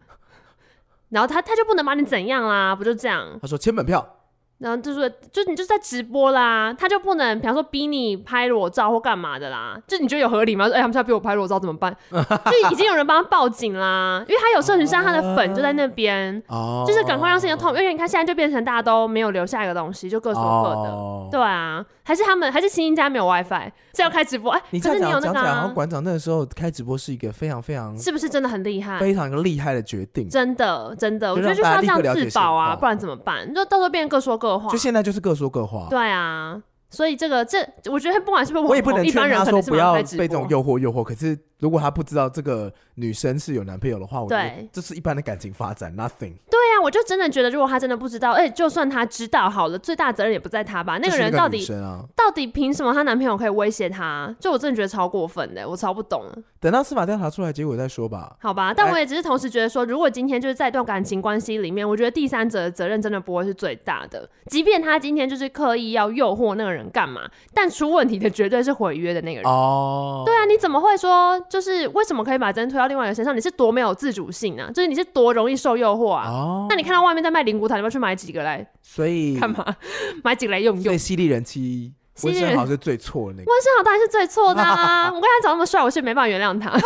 然后他他就不能把你怎样啦，不就这样？他说签本票，然后就是，就你就是在直播啦，他就不能，比方说逼你拍裸照或干嘛的啦，就你觉得有合理吗？说哎、他们现在逼我拍裸照怎么 办？就已经有人帮他报警啦，因为他有社群上他的粉就在那边，哦，就是赶快让事情透明，因为你看现在就变成大家都没有留下一个东西，就各说各的。哦对啊，还是他们还是亲戚家没有 WiFi，是要开直播哎、你这可样是你有讲那讲个、起来，好像啊，馆长那个时候开直播是一个非常非常是不是真的很厉害？非常厉害的决定。真的真的，我就觉得让就是大家要这立样刻了解自保啊，现况不然怎么办？就到时候变成各说各话就。现在就是各说各话，对啊，所以这个这，我觉得不管是不是网我也不红能一劝般人他可说能是不马要上开被直这播种诱惑诱惑。可是如果他不知道这个女生是有男朋友的话，我觉得对这是一般的感情发展，nothing。对啊，我就真的觉得，如果他真的不知道，哎、就算他知道好了，最大责任也不在他吧？那就个是人那到个女底生啊，到底凭什么她男朋友可以威胁她？就我真的觉得超过分的，我超不懂的。等到司法调查出来结果再说吧。好吧，但哎我也只是同时觉得说，如果今天就是在一段感情关系里面，我觉得第三者的责任真的不会是最大的。即便他今天就是刻意要诱惑那个人干嘛，但出问题的绝对是毁约的那个人。哦，对啊，你怎么会说就是为什么可以把责任推到另外一个人身上？你是多没有自主性啊！就是你是多容易受诱惑啊！哦，那你看到外面在卖灵骨塔，你要不要去买几个来所以干嘛？ 买几个来用用所以？犀利人妻犀温利生人豪是最错的 那个。温生豪当然是最错的啊！我跟他长那么帅，我是没办法原谅他。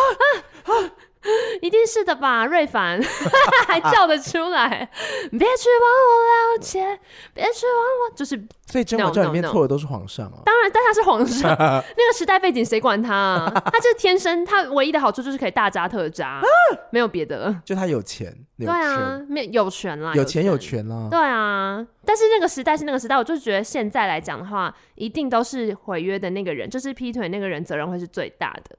一定是的吧，瑞凡 还叫得出来， 别去往我了解，别去往我，就是所以《甄嬛 No, 传》里面 no, no 错的都是皇上啊。当然，但他是皇上，那个时代背景谁管他、啊？他就是天生，他唯一的好处就是可以大扎特扎，没有别的了。就他有钱，有对权，啊，没有权啦，有钱有。权啦。对啊，但是那个时代是那个时代，我就觉得现在来讲的话，一定都是毁约的那个人，就是劈腿那个人责任会是最大的，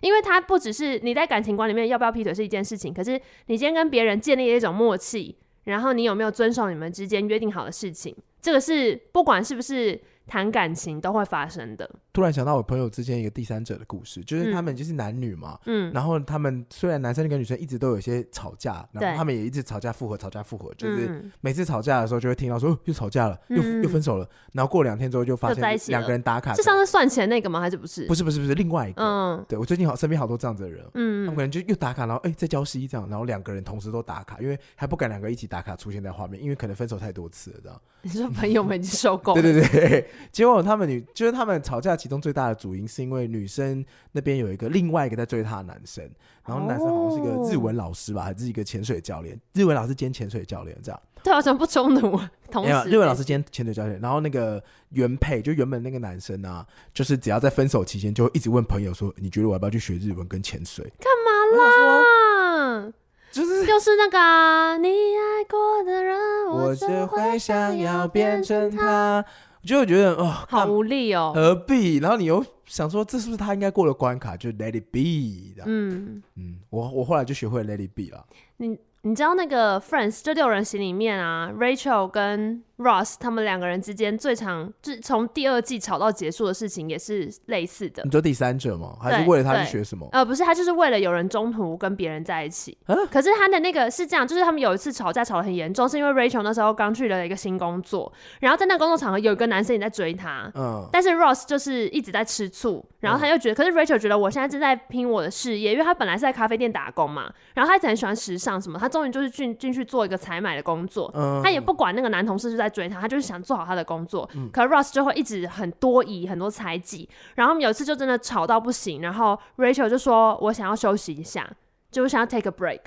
因为他不只是你在感情观里面要不要劈腿是一件事情，可是你今天跟别人建立了一种默契，然后你有没有遵守你们之间约定好的事情，这个是不管是不是谈感情都会发生的。突然想到我朋友之间一个第三者的故事，就是他们就是男女嘛，嗯，然后他们虽然男生跟女生一直都有一些吵架，然后对他们也一直吵架复合，吵架复合，就是嗯每次吵架的时候就会听到说哦又吵架了，又嗯又分手了，然后过两天之后就发又在一现起了两个人打卡是，上次算钱那个吗？还是不是？不是，是不是不是另外一个，嗯对我最近好身边好多这样子的人，他们嗯可能就又打卡，然后哎再交息这样，然后两个人同时都打卡，因为还不敢两个一起打卡出现在画面，因为可能分手太多次了这样。你说朋友们已经受够了，对对对， 结果他们女就是他们吵架，其中最大的主因是因为女生那边有一个另外一个在追她的男生，然后那男生好像是一个日哦文老师吧，还是一个潜水教练，日文老师兼潜水教练这样。 对啊，为什么不冲突啊？同没有，时，日文老师兼潜水教练，然后那个原配就原本那个男生啊，就是只要在分手期间就会一直问朋友说，你觉得我要不要去学日文跟潜水？干嘛我想说啦？就是。嗯 就是那个啊、你爱过的人，我只只会会想要变 成他，就会觉得哦，好干无力哦。何必？然后你又想说，这是不是他应该过的关卡？就 Let it be 这样。嗯，嗯，我我后来就学会了 Let it be 了。你你知道那个《Friends》这六人行里面啊，Rachel 跟 Ross 他们两个人之间最常就是从第二季吵到结束的事情也是类似的你。说第三者吗？还是对为了他对去学什么？呃，不是，他就是为了有人中途跟别人在一起。哦啊可是他的那个是这样，就是他们有一次吵架吵得很严重，是因为 Rachel 那时候刚去了一个新工作，然后在那个工作场合有一个男生也在追她，嗯，但是 Ross 就是一直在吃醋，然后他又觉得，可是 Rachel 觉得我现在正在拼我的事业，因为他本来是在咖啡店打工嘛，然后他一直很喜欢时尚什么，他终于就是进进去做一个采买的工作，嗯他也不管那个男同事是在追他，他就是想做好他的工作。嗯可是 Ross 就会一直很多疑，很多猜忌，然后他们有一次就真的吵到不行，然后 Rachel 就说我想要休息一下，就我想要 take a break，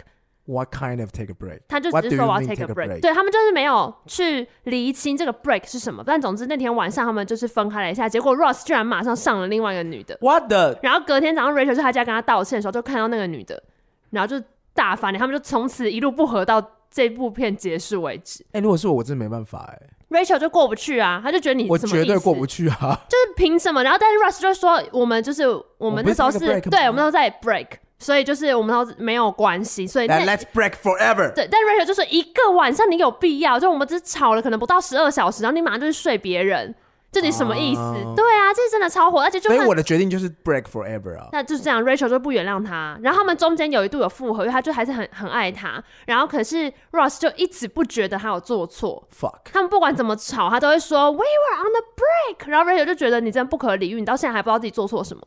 What kind of take a break？他就 What 只 do 是说 you 我要 mean take a take a break， break？对他们就是没有去厘清这个 break 是什么。但总之那天晚上他们就是分开了一下，结果 Ross 居然马上上了另外一个女的， What the？然后隔天早上 Rachel 去他家跟他道歉的时候，就看到那个女的，然后就大翻脸，他们就从此一路不和到这部片结束为止。哎、如果是我，我真的没办法哎、 Rachel 就过不去啊，他就觉得你我什么绝对意思过不去啊！就是凭什么？然后但是 Rush 就说我们就是我们那时候是我哦们不是在 break 吗对，我们那时候在 break，所以就是我们那时候没有关系，所以那来，Let's break forever。对，但 Rachel 就说一个晚上你有必要？就我们只吵了可能不到十二小时，然后你马上就去睡别人，这你什么意思？哦对啊，这真的超火，而且就所以算我的决定就是 break forever 啊！那就是这样，Rachel 就不原谅他。然后他们中间有一度有复合，因为他就还是很很爱他。然后可是 Ross 就一直不觉得他有做错， fuck，他们不管怎么吵，他都会说 We were on the break。然后 Rachel 就觉得你真的不可理喻，你到现在还不知道自己做错什么。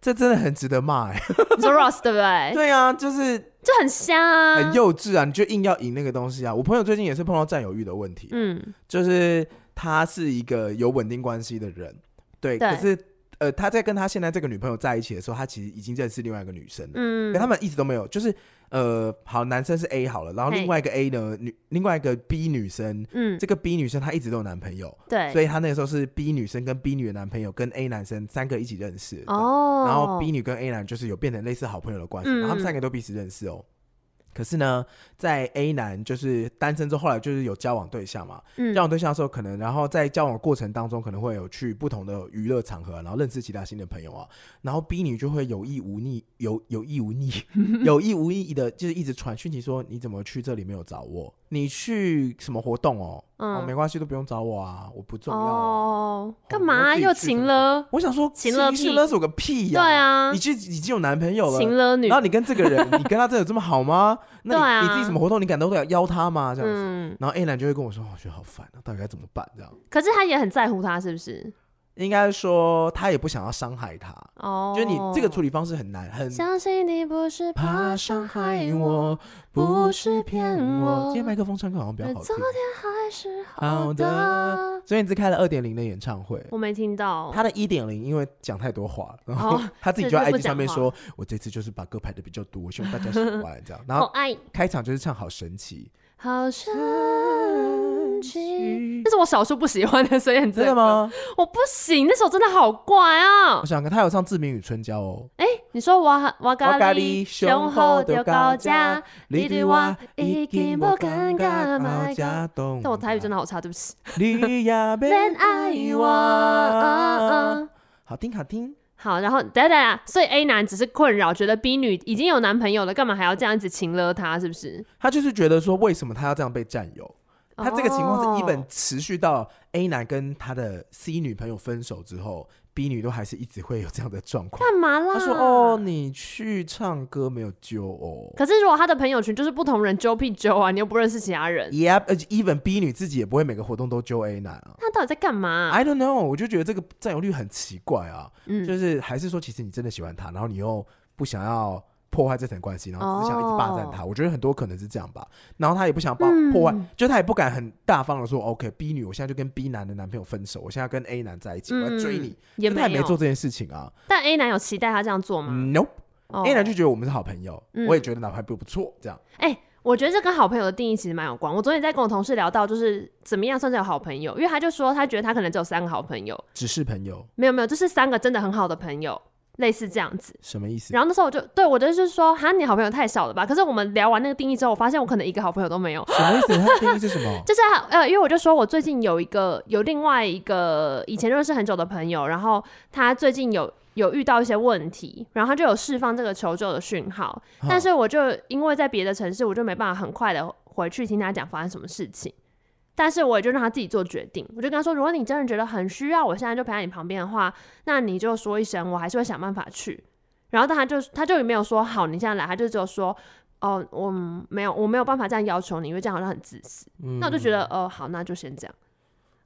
这真的很值得骂哎、你说 Ross 对不对？对啊，就是就很瞎啊，很幼稚啊，你就硬要赢那个东西啊！我朋友最近也是碰到占有欲的问题，嗯，就是他是一个有稳定关系的人，对，对可是呃，他在跟他现在这个女朋友在一起的时候，他其实已经认识另外一个女生了，嗯可他们一直都没有，就是呃，好，男生是 A 好了，然后嘿另外一个 A 呢，女另外一个 B 女生，嗯，这个 B 女生她一直都有男朋友，所对，以她那个时候是 B 女生跟 B 女的男朋友跟 A 男生三个一起认识的，哦，然后 B 女跟 A 男就是有变成类似好朋友的关系，嗯然后他们三个都彼此认识哦。可是呢，在 A 男就是单身之后，后来就是有交往对象嘛。嗯交往对象的时候，可能然后在交往的过程当中，可能会有去不同的娱乐场合，然后认识其他新的朋友啊。然后 B 女就会有意无意、有有意无 意、有意无意的，就是一直传讯息说：“你怎么去这里没有找我？你去什么活动哦？哦，没嗯，关系，都不用找我啊，我不重要、啊。哦，干我嘛自己去又情了？我想说，情勒情绪屁勒索个屁对呀、啊你，去已经有男朋友了，情了女然，后你跟这个 人，你跟他真的有这么好吗？那你、对啊你自己什么活动，你敢都要邀他吗？这样子。嗯，哦然后 A 男就会跟我说，哦我觉得好烦啊，到底该怎么办？这样可是他也很在乎他，是不是？应该说他也不想要伤害他，哦，就是你这个处理方式很难，很相信你不是怕怕伤伤害害我，我，不是骗我。今天麦克风唱歌好像比较好听昨，还是好好的的。所以你只开了二点零的演唱会。我没听到，他的一点零，因为讲太多话了，然后哦他自己这就在就不 IG 上面讲说：“我这次就是把歌排的比较多，我希望大家喜欢。”这样，然好后爱，开场就是唱《好神奇》，好神奇。这是我少数不喜欢的孙燕姿真的？吗？我不行，那首真的好怪啊我！想看他有唱《志明与春娇》哦。哎，你说我我我咖跟喱你雄雄厚厚就就高高架架，你对我已經無感覺，My God 但但我台语真的。的好差，对不起。你也真别爱啊我。啊好听好听。好，然后等等啊，所以 A 男只是困扰，觉得 B 女已经有男朋友了，干嘛还要这样子情勒她？是不是？他就是觉得说，为什么他要这样被占有？他这个情况是一本哦持续到 A 男跟他的 C 女朋友分手之后，B 女都还是一直会有这样的状况。干嘛啦？他说：“哦，。你去唱歌没有揪哦。”可是如果他的朋友圈就是不同人揪屁揪啊，你又不认识其他人， Yeah，而且 even B 女自己也不会每个活动都揪 A 男啊。他到底在干嘛、 I don't know，我就觉得这个占有率很奇怪啊，嗯，就是还是说，其实你真的喜欢他，然后你又不想要破坏这层关系，然后只是想一直霸占他。我觉得很多可能是这样吧。然后他也不想把哦嗯破坏，就他也不敢很大方的说，OK，B 哦女，我现在就跟 B 男的男朋友分手，我现在跟 A 男在一起，我要追嗯你。也可没他有也没做这件事情啊。但 A 男有期待他这样做吗？ Nope，A 哦男就觉得我们是好朋友，嗯我也觉得哪怕不不错，这样。哎、我觉得这跟好朋友的定义其实蛮有关。我昨天在跟我同事聊到，就是怎么样算是有好朋友，因为他就说他觉得他可能只有三个好朋友，只是朋友没有没有，就是三个真的很好的朋友，类似这样子。什么意思？然后那时候我就对我就是说，哈，你好朋友太少了吧？可是我们聊完那个定义之后，我发现我可能一个好朋友都没有。什么意思？他的定义是什 么？就是啊呃，因为我就说我最近有一个有另外一个以前认识很久的朋友，然后他最近有有遇到一些问题，然后他就有释放这个求救的讯号，嗯但是我就因为在别的城市，我就没办法很快的回去听他讲发生什么事情。但是我也就让他自己做决定，我就跟他说，如果你真的觉得很需要，我现在就陪在你旁边的话，那你就说一声，我还是会想办法去。然后但他就他就也没有说好，你现在来，他就只有说，哦，我嗯没有我没有办法这样要求你，因为这样好像很自私。嗯那我就觉得，哦、好，那就先这样。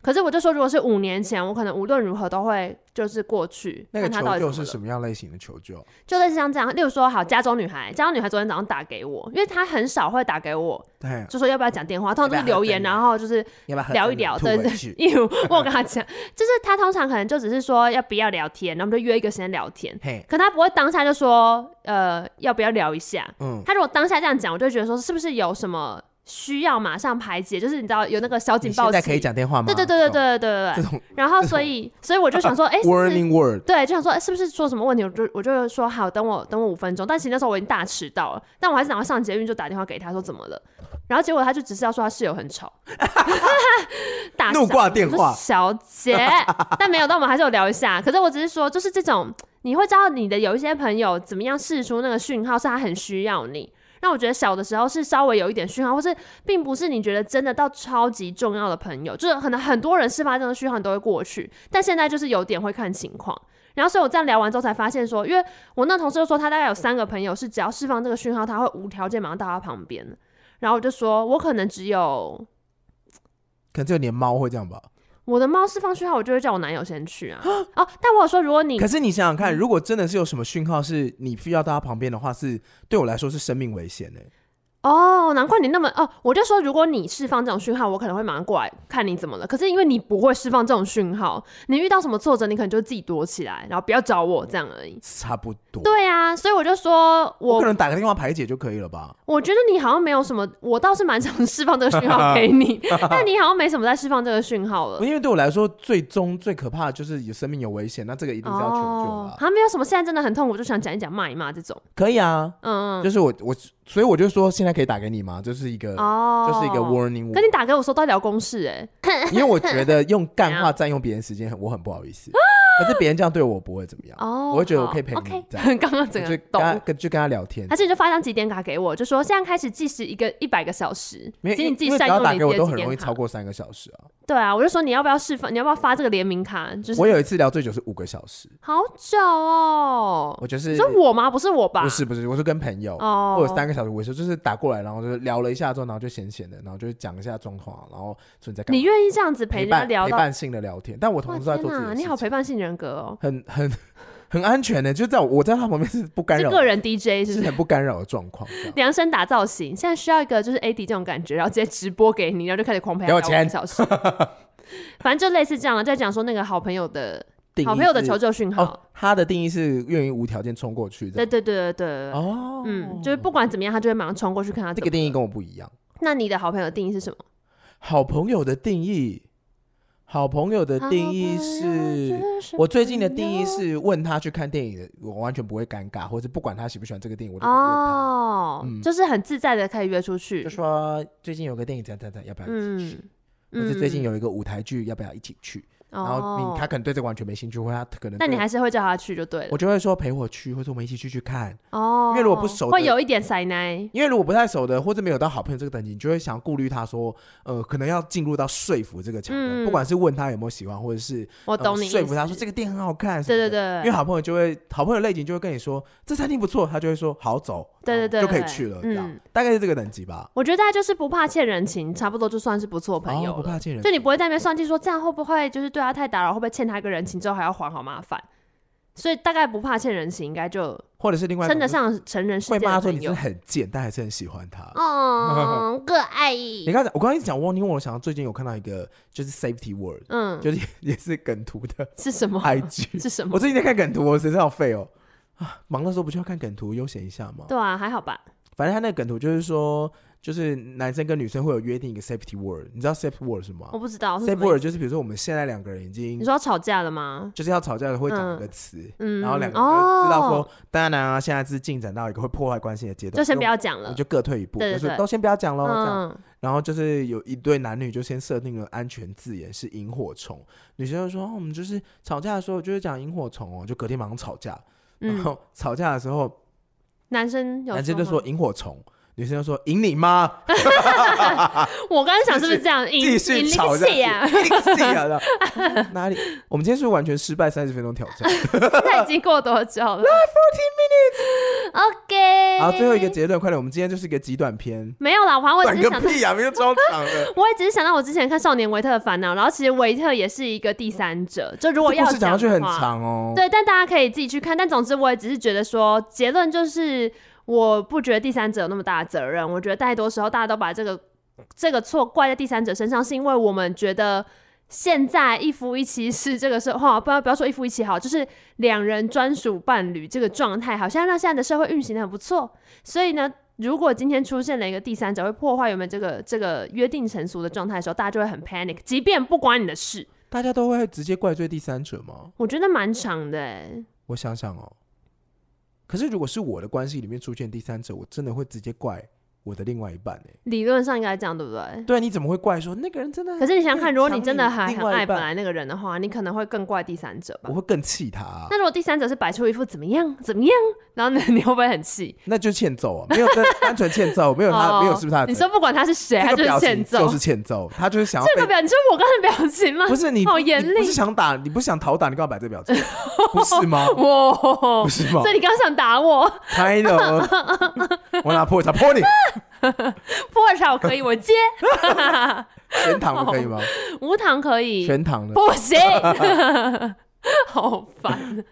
可是我就说，如果是五年前，我可能无论如何都会就是过去那个看他到求救底怎么是了什么样类型的求救？就类似像这样，例如说，好，加州女孩，加州女孩昨天早上打给我，因为她很少会打给我，对，就说要不要讲电话，通常都是留言，要不要然后就是要不要喝聊一真聊，吐对回对去，因为我有跟她讲，就是她通常可能就只是说要不要聊天，然后我们就约一个时间聊天，嘿，可她不会当下就说，呃，要不要聊一下。嗯，她如果当下这样讲，我就会觉得说，是不是有什么需要马上排解，就是你知道有那个小警你报现器，在可以讲电话吗？对对这种对对对 对对这对。种然后所以所以我就 想说，哎、是不是 warning word，对，就想说、诶是不是说什么问题，我就我就说好，等我等我五分钟。但其实那时候我已经大迟到了，但我还是赶快上捷运就打电话给他说怎么了，然后结果他就只是要说他室友很吵， 打怒挂电话小 姐，但没有，但我们还是有聊一下。可是我只是说，就是这种你会知道你的有一些朋友怎么样试出那个讯号，是他很需要你。那我觉得小的时候是稍微有一点讯号，或是并不是你觉得真的到超级重要的朋友，就是可能很多人事发这种讯号你都会过去，但现在就是有点会看情况。然后，所以我这样聊完之后才发现说，因为我那同事就说他大概有三个朋友是只要释放这个讯号，他会无条件马上到他旁边。然后我就说，我可能只有可能只有你的猫会这样吧。我的猫释放讯号，我就会叫我男友先 去啊。哦，但我有说，如果你可是你想想嗯看，如果真的是有什么讯号是你需要到他旁边的话，是对我来说是生命危险的、欸哦，难怪你那么哦，我就说，如果你释放这种讯号，我可能会马上过来看你怎么了。可是因为你不会释放这种讯号，你遇到什么挫折，你可能就自己躲起来，然后不要找我这样 而已。差不多。对啊，所以我就说我我可能打个电话排解就可以了吧？我觉得你好像没有什么，我倒是蛮想释放这个讯号给 你，但你好像没什么在释放这个讯号了。因为对我来说，最终最可怕的就是有生命有危险，那这个一定是要求救哦的，啊。好像没有什么，现在真的很痛苦，就想讲一讲骂一骂这种。可以啊，嗯嗯，就是我我，所以我就说现在可以打给你吗？就是一个、哦，就是一个。warning，跟你打给我说到底聊公事哎、因为我觉得 用干话占用别人时间，很我很不好意思。可是别人这样对我不会怎么样，啊哦，我会觉得我好可以陪你 OK，这样 刚刚就整个跟他懂。跟就跟他聊天还。是你就发张几点卡给我，就说现在开始计时一个一百个小时，没有，请因你为自因己为只善要用打你给的我都几很点容易卡超过三个小时啊！对啊，我就说你要不要释放，你要不要发这个联名卡？就是我有一次聊最久是五个小时，好久哦，我就是你说我吗？不是我吧？不是不是，我是跟朋友，哦，我有三个小时维修，就是打过来，然后就是聊了一下之后，然后就闲闲的，然后就讲一下状况，啊然后说你在干嘛你愿意这样子陪陪人家伴聊陪到？伴性的聊天，但我同哇事都在天做自己的你事好情陪伴性人格哦，很很很安全的，就在我我在他旁边是不干是扰，个人 DJ 是是不是？很不干扰的状况。这样 量身打造型，现在需要一个就是 AD 这种感觉，然后直接直播给你，然后就开始狂陪他给我聊钱五个小时。 反正就类似这样了，再讲说那个好朋友的定义好朋友的是求救讯号，哦，他的定义是愿意无条件冲过去这对样。对对对对，哦，嗯，就是不管怎么样，他就会马上冲过去看他。这个定义，跟我不一样。那你的好朋友的定义是什么？好朋友的定义，好朋友的定义是。我最近的定义是问他去看电影的，我完全不会尴尬，或者不管他喜不喜欢这个电影，我就敢问他。哦，就是很自在的可以约出嗯去就。说最近有个电影怎样怎样怎样，要不要一起去？嗯或是最近，有一个舞台剧，要不要一起去？然后你哦他可能对这个完全没兴趣，或他可能那你对还是会叫他去就对了我。就会说陪我去，或者我们一起去去看。哦，因为如果不熟的会有一点塞奶。因为如果不太熟的，或者没有到好朋友这个等级，你就会想顾虑他说，呃，可能要进入到说服这个桥段，嗯不管是问他有没有喜欢，或者是我我懂你意思。呃说服他说这个电影很好看。对对什么的。因为，对好朋友就会，好朋友类型就会跟你说这餐厅不错，他就会说好走，对对对然后就可以对去了，这嗯样大概是这个等级吧。我觉得大家就是不怕欠人情，差不多就算是不错朋哦友不了。怕见人就，你不会在那边算计说这样会不会就是对他太打扰，会不会欠他一个人情之后还要还，好麻烦。所以大概不怕欠人情，应该就或者是另外一称种得就是上成人世会界骂的说你朋真 的。友 很贱，但还是很喜欢他。哦，可爱。你刚才我刚才一直讲 warning，我想到最近有看到一个就是 safety word，嗯，就是也是梗图 的是什么？嗯 IG。 是什 我么？最近在看梗图，我身上好废哦。啊，忙的时候不就要看梗图悠闲一下吗？对啊，还好吧。反正他那个梗图就是说，就是男生跟女生会有约定一个 safety word，你知道 safety word 是什么我不知哦道是什？safety 么意 word 思。就是比如说我们现在两个人已经你说吵架了吗？就是要吵架了，会讲一个词，嗯，然后两个人就知道哦，说，当然啊，现在是进展到一个会破坏关系的阶段，就先不所要讲以我们，我了们。就各退一步，对对就是对都先不要讲喽，这样。嗯，然后就是有一对男女就先设定了安全字眼是萤火虫，女生就说、哦我们就是吵架的时候就是讲萤火虫哦，就隔天马上吵架，然嗯，后吵架的时候男生有男生就吗说萤火虫，女生就说赢你妈，我刚刚想是不是这样？继引续引吵力气架啊， 去，赢你个屁啊！然后哪里？我们今天是不是完全失败三十分钟挑战，那已经过多久 了？OK。然后最后一个结论，快点，我们今天就是一个极短篇，没有啦，反正我短只是个想到，屁呀、啊，明天超长的。我也只是想到我之前看《少年维特的烦恼》，然后其实维特也是一个第三者，就 如果这要故事讲下去的很话长哦，对，但大家可以自己去看。但总之，我也只是觉得说，结论就是，我不觉得第三者有那么大的责任。我觉得太多时候大家都把这个这个错怪在第三者身上，是因为我们觉得。现在一夫一妻是这个社 话，不要不要说一夫一妻好，就是两人专属伴侣这个状态，好像让现在的社会运行的很不错。所以呢，如果今天出现了一个第三者，会破坏原本这个这个约定成俗的状态的时候，大家就会很 panic，即便不关你的事。大家都会直接怪罪第三者吗？我觉得蛮长的、欸，我想想哦。可是如果是我的关系里面出现第三者，我真的会直接怪我的另外一半哎、理论上应该这样，对不对？对啊，你怎么会怪说那个人真的很？可是你想想看，如果你强真的力还另很外一爱本半来那个人的话，你可能会更怪第三者吧我。会更气他、啊，那如果第三者是摆出一副怎么样怎么样，然后呢，你 会不会很气？那就欠揍啊！没有单单纯欠揍，没有他，没有是不是他的责任？哦你说不管他是谁，这个他是表欠情揍。就是欠揍，他就是想要这被个表情就是我刚才的表情吗？不是你好严你不是厉想打，你不是想讨打，你干嘛摆这表情？不是 吗？哇不！是吗所以你刚刚想打我， ？Kind of，我拿破茶泼你，普洱茶我可以，我 接全糖的可以吗？无糖可以，全糖的。不 行，好烦。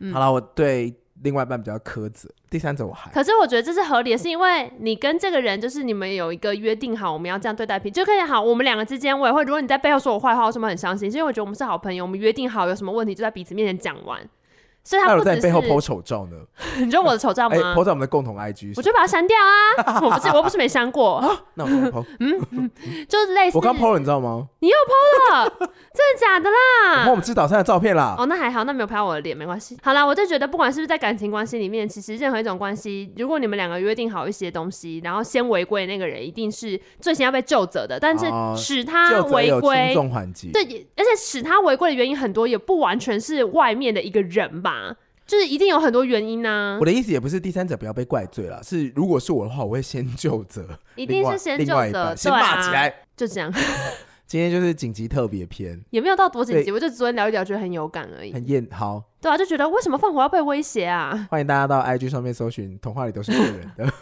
嗯好了，我对另外一半比较苛责，第三者我还可是我觉得这是合理的，是因为你跟这个人就是你们有一个约定好，我们要这样对待彼此，就可以好。我们两个之间，我也会，如果你在背后说我坏话，我什么很伤心，是因为我觉得我们是好朋友，我们约定好有什么问题就在彼此面前讲 完。所以那他我不只在是你背后 PO 丑照呢？你说我的丑照哎吗？ ，PO 在我们的共同 IG，我就把它删掉啊！我不是，我不是没删过， 那我再 PO，哎就是类似我刚 PO 了，你知道吗？你又 PO 了，真的假的我 PO 我啦？们吃早餐的照片啦。哦，那还好，那没有拍到我的脸，没关系。好啦，我就觉得，不管是不是在感情关系里面，其实任何一种关系，如果你们两个约定好一些东西，然后先违规，那个人一定是最先要被就责的。但是哦使他就只啊违有轻规，重缓急，对，也而且使他违规的原因很多，也不完全是外面的一个人吧，就是一定有很多原因啊呢、我的意思也不是第三者不要被怪罪啦，是如果是我的话，我会先就责，一另定外是先另就外一责，半先对骂起啊，来。就这样，今天就是紧急特别篇，也没有到多紧急，对我就只会聊一聊，觉得很有感而已。很厌好，对啊，就觉得为什么放火要被威胁啊？欢迎大家到 IG 上面搜寻“童话里都是骗人 的。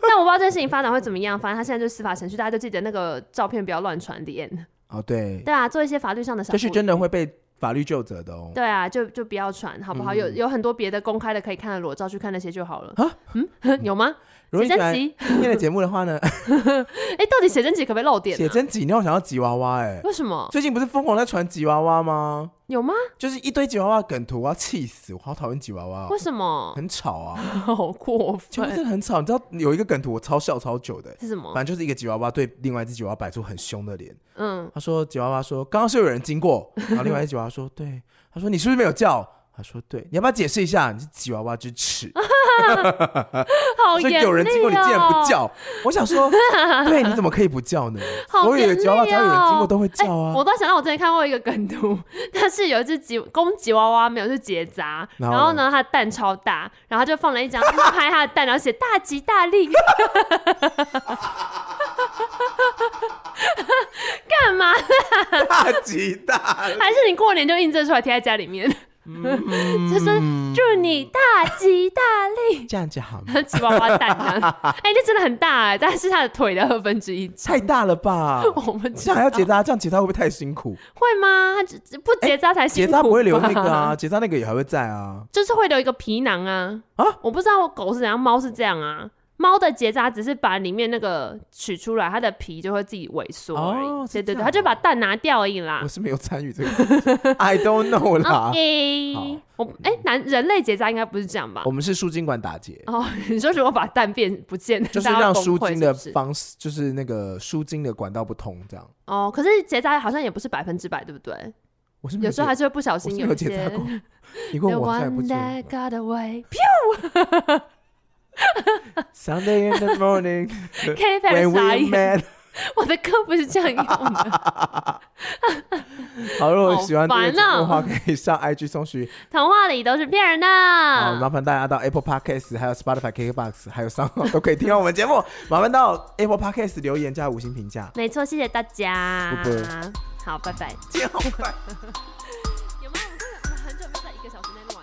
但我不知道这件事情发展会怎么样，反正他现在就是司法程序，大家就记得那个照片不要乱传点。”哦，对，对啊，做一些法律上的小这是顾真的会被法律就责的哦。对啊，就就不要传，好不好？嗯有有很多别的公开的可以看的裸照，去看那些就好了。啊嗯， 有吗？如果写你喜真欢集？今天的节目的话呢，哎，到底写真集可不可以漏 点啊？哦写真集，你让我想到吉娃娃哎、为什么最近不是疯狂在传吉娃娃吗？有吗？就是一堆吉娃娃的梗图，我要气死！我好讨厌吉娃娃哦为，什么？ 很吵啊，好过吉娃娃分！真的很吵。你知道有一个梗图我超笑超久的、是什么？反正就是一个吉娃娃对另外一只吉娃娃摆出很凶的脸。嗯，他说：“吉娃娃说，刚刚是有人经过。”然后另外一只吉娃娃 说：“对。”他说：“你是不是没有叫？”他说：“对。”你要不要解释一下？你是吉娃娃之耻， 好所以严有人经过你竟然不厉哦。叫。我想 说，对，你怎么可以不叫呢？好所有的吉娃娃只要有人经严厉过哦都会叫啊。我倒想到我之前看过一个梗图，它是有一只吉公吉娃娃没有是结扎，然然后后呢它的蛋超大，然后就放了一张拍它的蛋，然后写大吉大利。 干嘛？哎大吉大利，还是你过年就印证出来贴在家里面？嗯 就说祝你大吉大利，这样就好吗？吉娃娃蛋这样。哎、那真的很大哎、但是它的腿的二分之一 长。太大了吧？我们知这样还要道结 扎，这样结扎会不会太辛苦？会吗？它只只不结扎才辛结苦、扎不会留那个啊，结扎那个也还会在啊。就是会留一个皮囊啊啊！我不知道狗是怎样，猫是这样啊。猫的结扎只是把里面那个取出来，它的皮就会自己萎缩而已。哦是对对这对，样它就把蛋拿掉而已啦我。是没有参与这个 ，I don't know 啦。 OK，好我哎、男人类结扎应该不是这样吧我？们是输精管打结。啊哦，你说如果把蛋变不见，就是大家让崩输溃精的是不是方式，就是那个输精的管道不通，这样。哦，可是结扎好像也不是百分之百，对不对？我是没有时候还结是会不小我 心是没有一些结。扎过，你 The 问我我再也不 one 知道。 that got away 。 Sunday in the morning 可以非 when 常傻 we 眼， met 。 我的歌不是这样用的。 好，如果喜欢这好个烦节目的哦话，可以上 IG 搜寻。童话里都是骗人的。好，麻烦大家到 Apple Podcast、还有 Spotify、KKBox、还有 s o u n 都可以听到我们节目。麻烦到 Apple Podcast 留言加五星评价。没错，谢谢大家。拜好，拜拜。今天好快。有吗？我真的我们很久没有在一个小时内录。